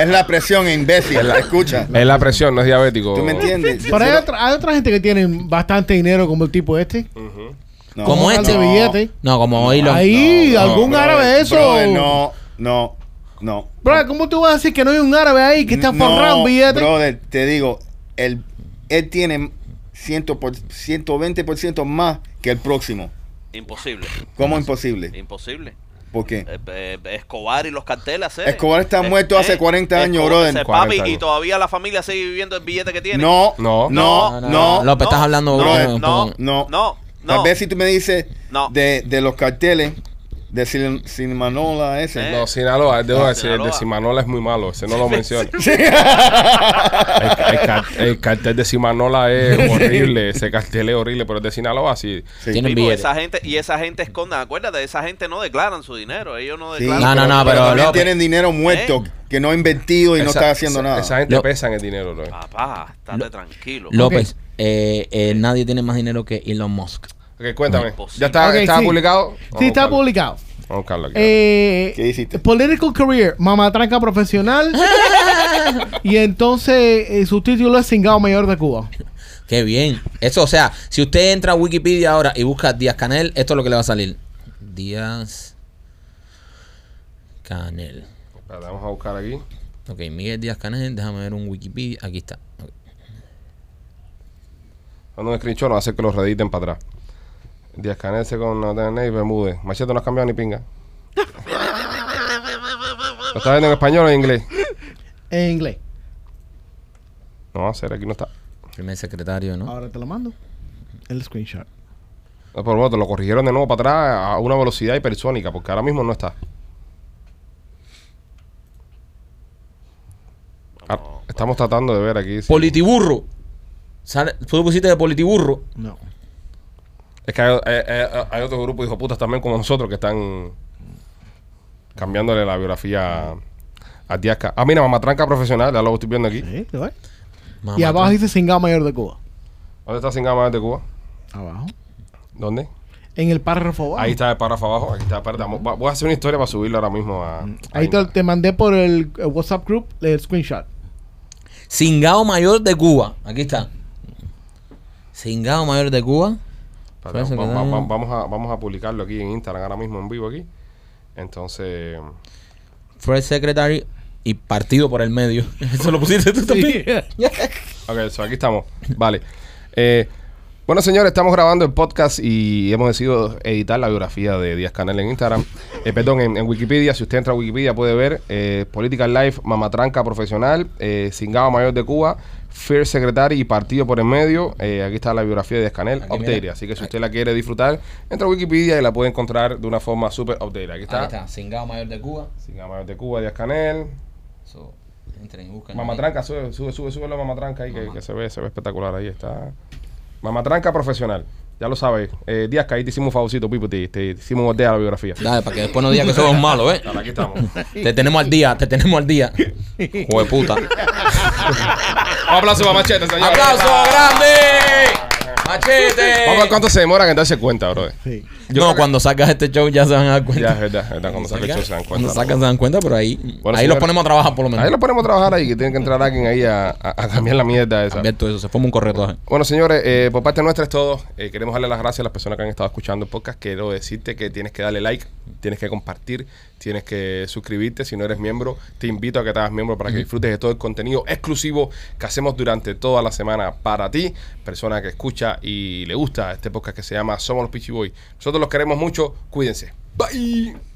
Speaker 4: es la presión, imbécil. Escucha.
Speaker 1: Es la Oh. presión, no es diabético.
Speaker 4: ¿Tú me entiendes?
Speaker 3: Pero hay otra, hay otra gente que tiene bastante dinero, como el tipo este.
Speaker 1: Ujú.
Speaker 4: No,
Speaker 2: Como
Speaker 3: Bastante
Speaker 2: este.
Speaker 4: no,
Speaker 3: billete.
Speaker 2: No, como Elon.
Speaker 3: Ahí,
Speaker 1: no,
Speaker 3: algún
Speaker 1: brother,
Speaker 3: árabe de eso.
Speaker 4: brother, no, no, no.
Speaker 3: Bro, ¿cómo tú vas a decir que no hay un árabe ahí que está
Speaker 4: No,
Speaker 3: forrado un billete?
Speaker 4: Brother, te digo, él, él tiene 100 por, 120% más que el próximo.
Speaker 5: Imposible.
Speaker 4: ¿Cómo imposible?
Speaker 5: Imposible.
Speaker 4: ¿Por qué?
Speaker 5: Eh, eh, Escobar y los carteles. eh.
Speaker 4: Escobar está
Speaker 5: Eh,
Speaker 4: muerto hace 40 años,
Speaker 5: Escobar,
Speaker 4: brother.
Speaker 5: ese
Speaker 1: 40
Speaker 5: papi,
Speaker 1: años.
Speaker 5: Y todavía la familia sigue viviendo el billete que tiene.
Speaker 4: No,
Speaker 1: No.
Speaker 4: no, no, no.
Speaker 2: López, estás hablando.
Speaker 4: no,
Speaker 2: bueno,
Speaker 4: eh,
Speaker 2: un
Speaker 5: no,
Speaker 2: poco-
Speaker 4: no.
Speaker 5: No,
Speaker 4: Tal
Speaker 5: no.
Speaker 4: vez si tú me dices
Speaker 5: No.
Speaker 4: de, de los carteles de Sin- Sinmanola ese.
Speaker 5: Eh.
Speaker 1: No, Sinaloa, debo
Speaker 5: No,
Speaker 1: decir, el de
Speaker 5: Sinaloa.
Speaker 1: Simanola es muy malo, ese no lo
Speaker 4: <laughs>
Speaker 1: menciona. El, el car- el cartel de Simanola
Speaker 4: <laughs>
Speaker 1: es horrible, ese cartel es horrible, pero el de Sinaloa sí.
Speaker 4: Sí.
Speaker 2: Tienen
Speaker 5: Pipo,
Speaker 2: billete.
Speaker 5: esa gente y esa gente esconda, acuérdate, esa gente no declaran su dinero, ellos no
Speaker 4: Sí,
Speaker 5: declaran.
Speaker 2: No, no, no, pero
Speaker 4: también
Speaker 2: López-
Speaker 4: tienen dinero muerto
Speaker 5: Eh.
Speaker 4: que no ha invertido y no
Speaker 1: Esa-
Speaker 4: está haciendo
Speaker 1: esa-
Speaker 4: nada.
Speaker 1: Esa gente
Speaker 2: Lo-
Speaker 1: pesa en el dinero, bro.
Speaker 5: Ah, Papá, estate tranquilo.
Speaker 2: López, eh, eh, nadie tiene más dinero que Elon Musk.
Speaker 1: Ok, cuéntame.
Speaker 5: Imposible.
Speaker 1: ¿Ya está,
Speaker 3: Ok,
Speaker 1: está
Speaker 3: sí.
Speaker 1: publicado?
Speaker 3: Sí, está
Speaker 1: Vamos
Speaker 3: publicado.
Speaker 1: a buscarlo. Vamos a buscarlo aquí.
Speaker 3: Eh,
Speaker 4: ¿Qué hiciste?
Speaker 3: Political Career, mamatranca profesional. y entonces eh, su título es Singao Mayor de Cuba.
Speaker 2: Qué bien. Eso, o sea, si usted entra a Wikipedia ahora y busca Díaz Canel, esto es lo que le va a salir. Díaz Canel.
Speaker 1: Espérate, vamos a buscar aquí.
Speaker 2: Ok, Miguel Díaz Canel, déjame ver un Wikipedia. Aquí está. Ok.
Speaker 1: Cuando un screenshot, no hace que los rediten para atrás. Díaz Canel se con Natanael y Bermúdez. Machete no has cambiado ni
Speaker 5: <laughs>
Speaker 1: pinga. ¿Lo estás viendo en español o en inglés?
Speaker 3: En inglés.
Speaker 1: No va a ser, aquí no está.
Speaker 2: Primer secretario, ¿no?
Speaker 3: Ahora te lo mando. El screenshot.
Speaker 1: No, Ah, Pero bueno, te lo corrigieron de nuevo para atrás a una velocidad hipersónica, porque ahora mismo no está. Ah, Estamos tratando de ver aquí. si-
Speaker 2: Politiburro. Sale- Tú pusiste de Politiburro.
Speaker 3: No.
Speaker 1: Es que hay, hay- hay- hay otro grupo de hijo putas también como nosotros que están cambiándole la biografía a Diasca. Ah, mira, mamatranca profesional, ya lo estoy viendo aquí.
Speaker 3: Sí, Eh, te voy.
Speaker 2: Mamá,
Speaker 3: Y abajo
Speaker 2: tú-
Speaker 3: dice Cingado Mayor de Cuba.
Speaker 1: ¿Dónde está Singama de Cuba?
Speaker 3: Abajo.
Speaker 1: ¿Dónde?
Speaker 3: En el párrafo abajo.
Speaker 1: Ahí está el párrafo abajo. Aquí está el párrafo. Vamos- va- Voy a hacer una historia para subirlo ahora mismo a. a
Speaker 3: Ahí te,
Speaker 1: Instagram.
Speaker 3: te mandé por el, el WhatsApp group el screenshot.
Speaker 2: Cingao Mayor de Cuba. Aquí está. Cingao Mayor de Cuba.
Speaker 1: Espérate,
Speaker 2: Parece que
Speaker 1: va- va-
Speaker 2: no.
Speaker 1: va- vamos, a, vamos a publicarlo aquí en Instagram ahora mismo en vivo aquí. Entonces,
Speaker 2: First Secretary y partido por el medio. <laughs> Eso lo pusiste tú también.
Speaker 1: ok, so aquí
Speaker 2: <laughs>
Speaker 1: estamos. Vale. Eh, bueno, señores, estamos grabando el podcast y hemos decidido editar la biografía de Díaz Canel en
Speaker 2: <laughs>
Speaker 1: Instagram. Eh, perdón, en, en Wikipedia. Si usted entra a Wikipedia puede ver eh, Political Life, Mamatranca Profesional, eh, Cingado Mayor de Cuba, First Secretary y Partido por el Medio. Eh, aquí está la biografía de Díaz Canel,
Speaker 2: Aquí, mira.
Speaker 1: updated. Así que si usted la quiere disfrutar, entra a Wikipedia y la puede encontrar de una forma súper updated. Aquí
Speaker 2: Ahí
Speaker 1: está.
Speaker 2: está. Cingao Mayor de Cuba.
Speaker 1: Cingado Mayor de Cuba, Díaz Canel.
Speaker 2: So, entren y busquen.
Speaker 1: Mamatranca, sube, sube, sube, sube la mamatranca ahí, que, que se ve, se ve espectacular. Ahí está. Mamatranca profesional. Ya lo sabes. Eh, Díaz, que ahí te hicimos un favorcito, Pipo, te, te hicimos un update a la biografía.
Speaker 2: Dale, para que después no digas que somos malos,
Speaker 3: <laughs>
Speaker 2: ¿eh?
Speaker 1: Dale, aquí estamos.
Speaker 2: Te tenemos al día, te tenemos al día.
Speaker 1: <laughs>
Speaker 2: Jueputa.
Speaker 1: Un <laughs> aplauso para Machete, señor.
Speaker 2: ¡Aplauso
Speaker 1: <laughs>
Speaker 2: grande! ¡Machete!
Speaker 1: Vamos a ver cuánto se demoran en darse cuenta, brother.
Speaker 3: Sí.
Speaker 2: no, cuando sacas este show ya se van a dar
Speaker 1: Ya,
Speaker 2: cuenta.
Speaker 1: es verdad, es verdad. Cuando saca el show se dan cuenta.
Speaker 2: Cuando sacan se dan cuenta, pero ahí,
Speaker 1: Bueno,
Speaker 2: ahí
Speaker 1: señores.
Speaker 2: los ponemos a trabajar por lo menos.
Speaker 1: Ahí lo ponemos a trabajar ahí, que tiene que entrar alguien ahí a, a- a cambiar la mierda esa.
Speaker 2: Cambiar todo eso, se forma un corretaje.
Speaker 1: Bueno, señores, eh, por parte nuestra es todo. Eh, queremos darle las gracias a las personas que han estado escuchando el podcast. Quiero decirte que tienes que darle like, tienes que compartir, tienes que suscribirte. Si no eres miembro, te invito a que te hagas miembro para que disfrutes de todo el contenido exclusivo que hacemos durante toda la semana para ti, persona que escucha y le gusta este podcast que se llama Somos los Pichi Boys. Nosotros los queremos mucho. Cuídense. Bye.